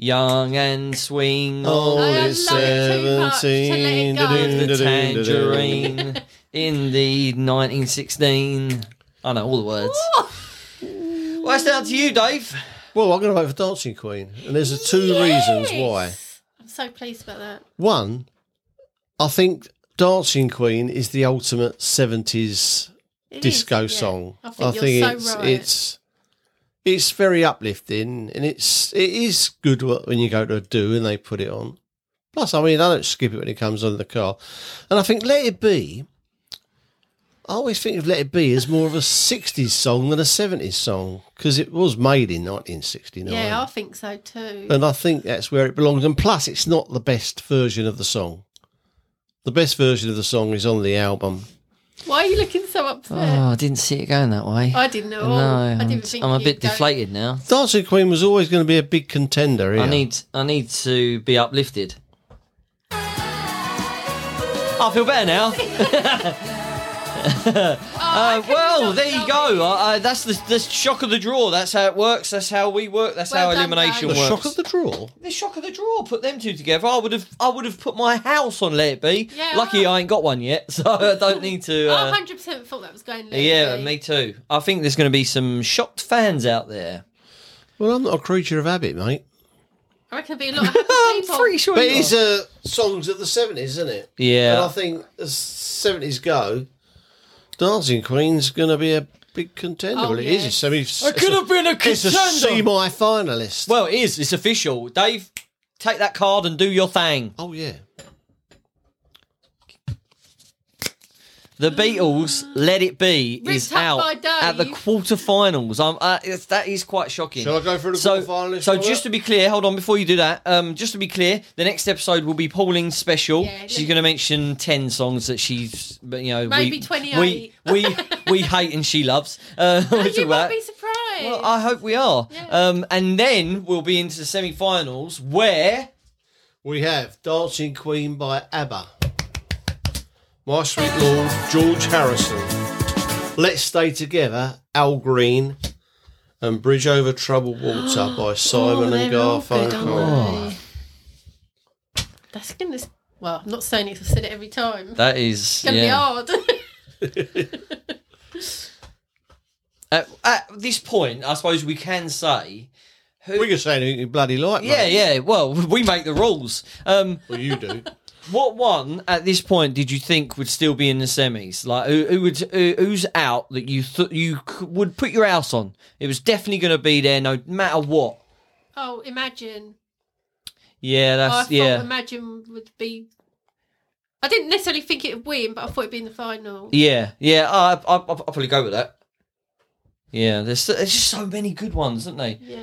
Speaker 2: Young and swing
Speaker 3: Oh,
Speaker 2: on
Speaker 4: I
Speaker 3: it's
Speaker 4: love it too much to let
Speaker 3: seventeen.
Speaker 4: it go.
Speaker 3: da-ding,
Speaker 2: the
Speaker 3: da-ding, da-ding.
Speaker 2: tangerine in the 1916. I know all the words. Well, that's down to you, Dave.
Speaker 3: Well, I'm going to vote for Dancing Queen, and there's a two reasons why.
Speaker 4: I'm so pleased about that.
Speaker 3: One, I think Dancing Queen is the ultimate 70s
Speaker 4: It is,
Speaker 3: disco
Speaker 4: yeah.
Speaker 3: song.
Speaker 4: I think you're so
Speaker 3: it's
Speaker 4: right.
Speaker 3: it's it's very uplifting, and it's it is good wh- when you go to a do and they put it on. Plus, I mean, I don't skip it when it comes on in the car, and I think Let It Be. I always think of Let It Be as more of a '60s song than a '70s song because it was made in 1969.
Speaker 4: Yeah, I think so too.
Speaker 3: And I think that's where it belongs. And plus, it's not the best version of the song. The best version of the song is on the album.
Speaker 4: Why are you looking so upset?
Speaker 3: Ah.
Speaker 2: Oh, I didn't see it going that way.
Speaker 4: I didn't know.
Speaker 2: no,
Speaker 4: I
Speaker 2: I'm,
Speaker 4: didn't
Speaker 2: I'm
Speaker 4: think
Speaker 2: a
Speaker 4: you'd
Speaker 2: bit
Speaker 4: go-
Speaker 2: deflated now.
Speaker 3: Dancing Queen was always going to be a big contender. Here.
Speaker 2: I need I need to be uplifted. I feel better now.
Speaker 4: Oh, I
Speaker 2: Uh,
Speaker 4: couldn't
Speaker 2: well,
Speaker 4: stop
Speaker 2: there you
Speaker 4: laughing.
Speaker 2: go. Uh, uh, that's the, the shock of the draw. That's how it works. That's how we work. That's
Speaker 4: Well
Speaker 2: how
Speaker 4: done,
Speaker 2: elimination
Speaker 3: the
Speaker 4: Dave.
Speaker 2: works.
Speaker 3: shock of the draw.
Speaker 2: the shock of the draw. Put them two together. I would have. I would have put my house on Let It Be.
Speaker 4: Yeah.
Speaker 2: Lucky I ain't got one yet, so I don't need to.
Speaker 4: I
Speaker 2: Uh,
Speaker 4: 100% thought that was going loopy.
Speaker 2: yeah, me too. I think there's going to be some shocked fans out there.
Speaker 3: Well, I'm not a creature of habit, mate.
Speaker 4: I reckon there'll be a lot of happy
Speaker 2: I'm
Speaker 4: people.
Speaker 2: pretty sure.
Speaker 3: But
Speaker 2: you
Speaker 3: it's
Speaker 2: are.
Speaker 3: uh, songs of the 70s, isn't it? And I
Speaker 2: yeah.
Speaker 3: think as 70s go, Dancing Queen's going to be a big contender.
Speaker 4: Oh,
Speaker 3: well, it is.
Speaker 4: yes.
Speaker 3: It's, I mean, it's,
Speaker 2: I could have been a
Speaker 3: it's a
Speaker 2: contender.
Speaker 3: semi-finalist.
Speaker 2: Well, it is. It's official. Dave, take that card and do your thing.
Speaker 3: oh, yeah.
Speaker 2: The Beatles, Let It Be, is
Speaker 4: Ripped up
Speaker 2: out
Speaker 4: by Dave.
Speaker 2: at the quarterfinals. Um, uh, it's, that is quite shocking.
Speaker 3: Shall I go through the
Speaker 2: so,
Speaker 3: quarterfinalists,
Speaker 2: So
Speaker 3: Robert?
Speaker 2: just to be clear, hold on before you do that. Um, just to be clear, the next episode will be Pauline's special.
Speaker 4: Yeah,
Speaker 2: she's
Speaker 4: yeah.
Speaker 2: going to mention ten songs that she's, but, you know,
Speaker 4: Maybe
Speaker 2: we,
Speaker 4: 28.
Speaker 2: We we we hate and she loves. Uh,
Speaker 4: Oh,
Speaker 2: we'll talk
Speaker 4: you
Speaker 2: about-
Speaker 4: might be surprised.
Speaker 2: well, I hope we are.
Speaker 4: Yeah.
Speaker 2: Um, and then we'll be into the semi-finals where
Speaker 3: We have Dancing Queen by ABBA. My Sweet Lord, George Harrison. Let's Stay Together, Al Green. And Bridge Over Troubled Water by Simon and
Speaker 4: Oh, they're all good,
Speaker 3: Garfunkel.
Speaker 4: aren't
Speaker 2: Oh.
Speaker 4: they? That's going to... Well, I'm not saying it. I've said it every time. It's
Speaker 2: that is
Speaker 4: going to
Speaker 2: yeah.
Speaker 4: be hard.
Speaker 2: At, at this point, I suppose we can say,
Speaker 3: Oh. We can say anything you bloody like,
Speaker 2: yeah,
Speaker 3: mate.
Speaker 2: yeah. Well, we make the rules. Um,
Speaker 3: Well, you do.
Speaker 2: What one at this point did you think would still be in the semis? Like who, who would who, who's out that you thought you c- would put your house on? It was definitely going to be there no matter what.
Speaker 4: oh, imagine.
Speaker 2: Yeah,
Speaker 4: Oh, I
Speaker 2: that's
Speaker 4: thought
Speaker 2: yeah.
Speaker 4: Imagine would be. I didn't necessarily think it would win, but I thought it'd be in the final.
Speaker 2: yeah, yeah. I I I'll probably go with that. Yeah, there's there's just so many good ones, isn't they?
Speaker 4: Yeah.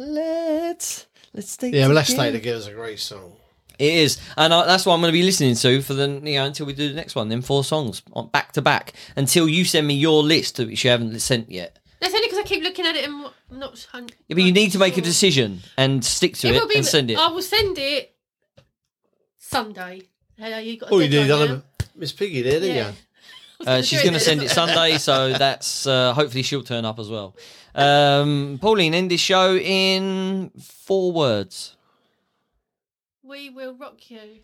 Speaker 2: Let's let's stay.
Speaker 3: Yeah, but Let's Stay Together is a great song.
Speaker 2: It is, and I, that's what I'm going to be listening to for the you know until we do the next one. Then four songs on back to back until you send me your list which you haven't sent yet.
Speaker 4: That's only because I keep looking at it and I'm not. hun-
Speaker 2: Yeah, but you need to make a
Speaker 4: sure.
Speaker 2: decision and stick to it,
Speaker 4: will be-
Speaker 2: and send it.
Speaker 4: I will send it Sunday. Hello, you got. a
Speaker 3: Oh, you did
Speaker 4: deadline
Speaker 3: that, Miss Piggy there, didn't
Speaker 4: Yeah. now?
Speaker 3: you?
Speaker 4: I
Speaker 2: Uh,
Speaker 4: was
Speaker 2: she's
Speaker 4: do
Speaker 2: going to send it
Speaker 4: then.
Speaker 2: Sunday, so that's uh, hopefully she'll turn up as well. Um, Pauline, end this show in four words.
Speaker 4: We will rock you.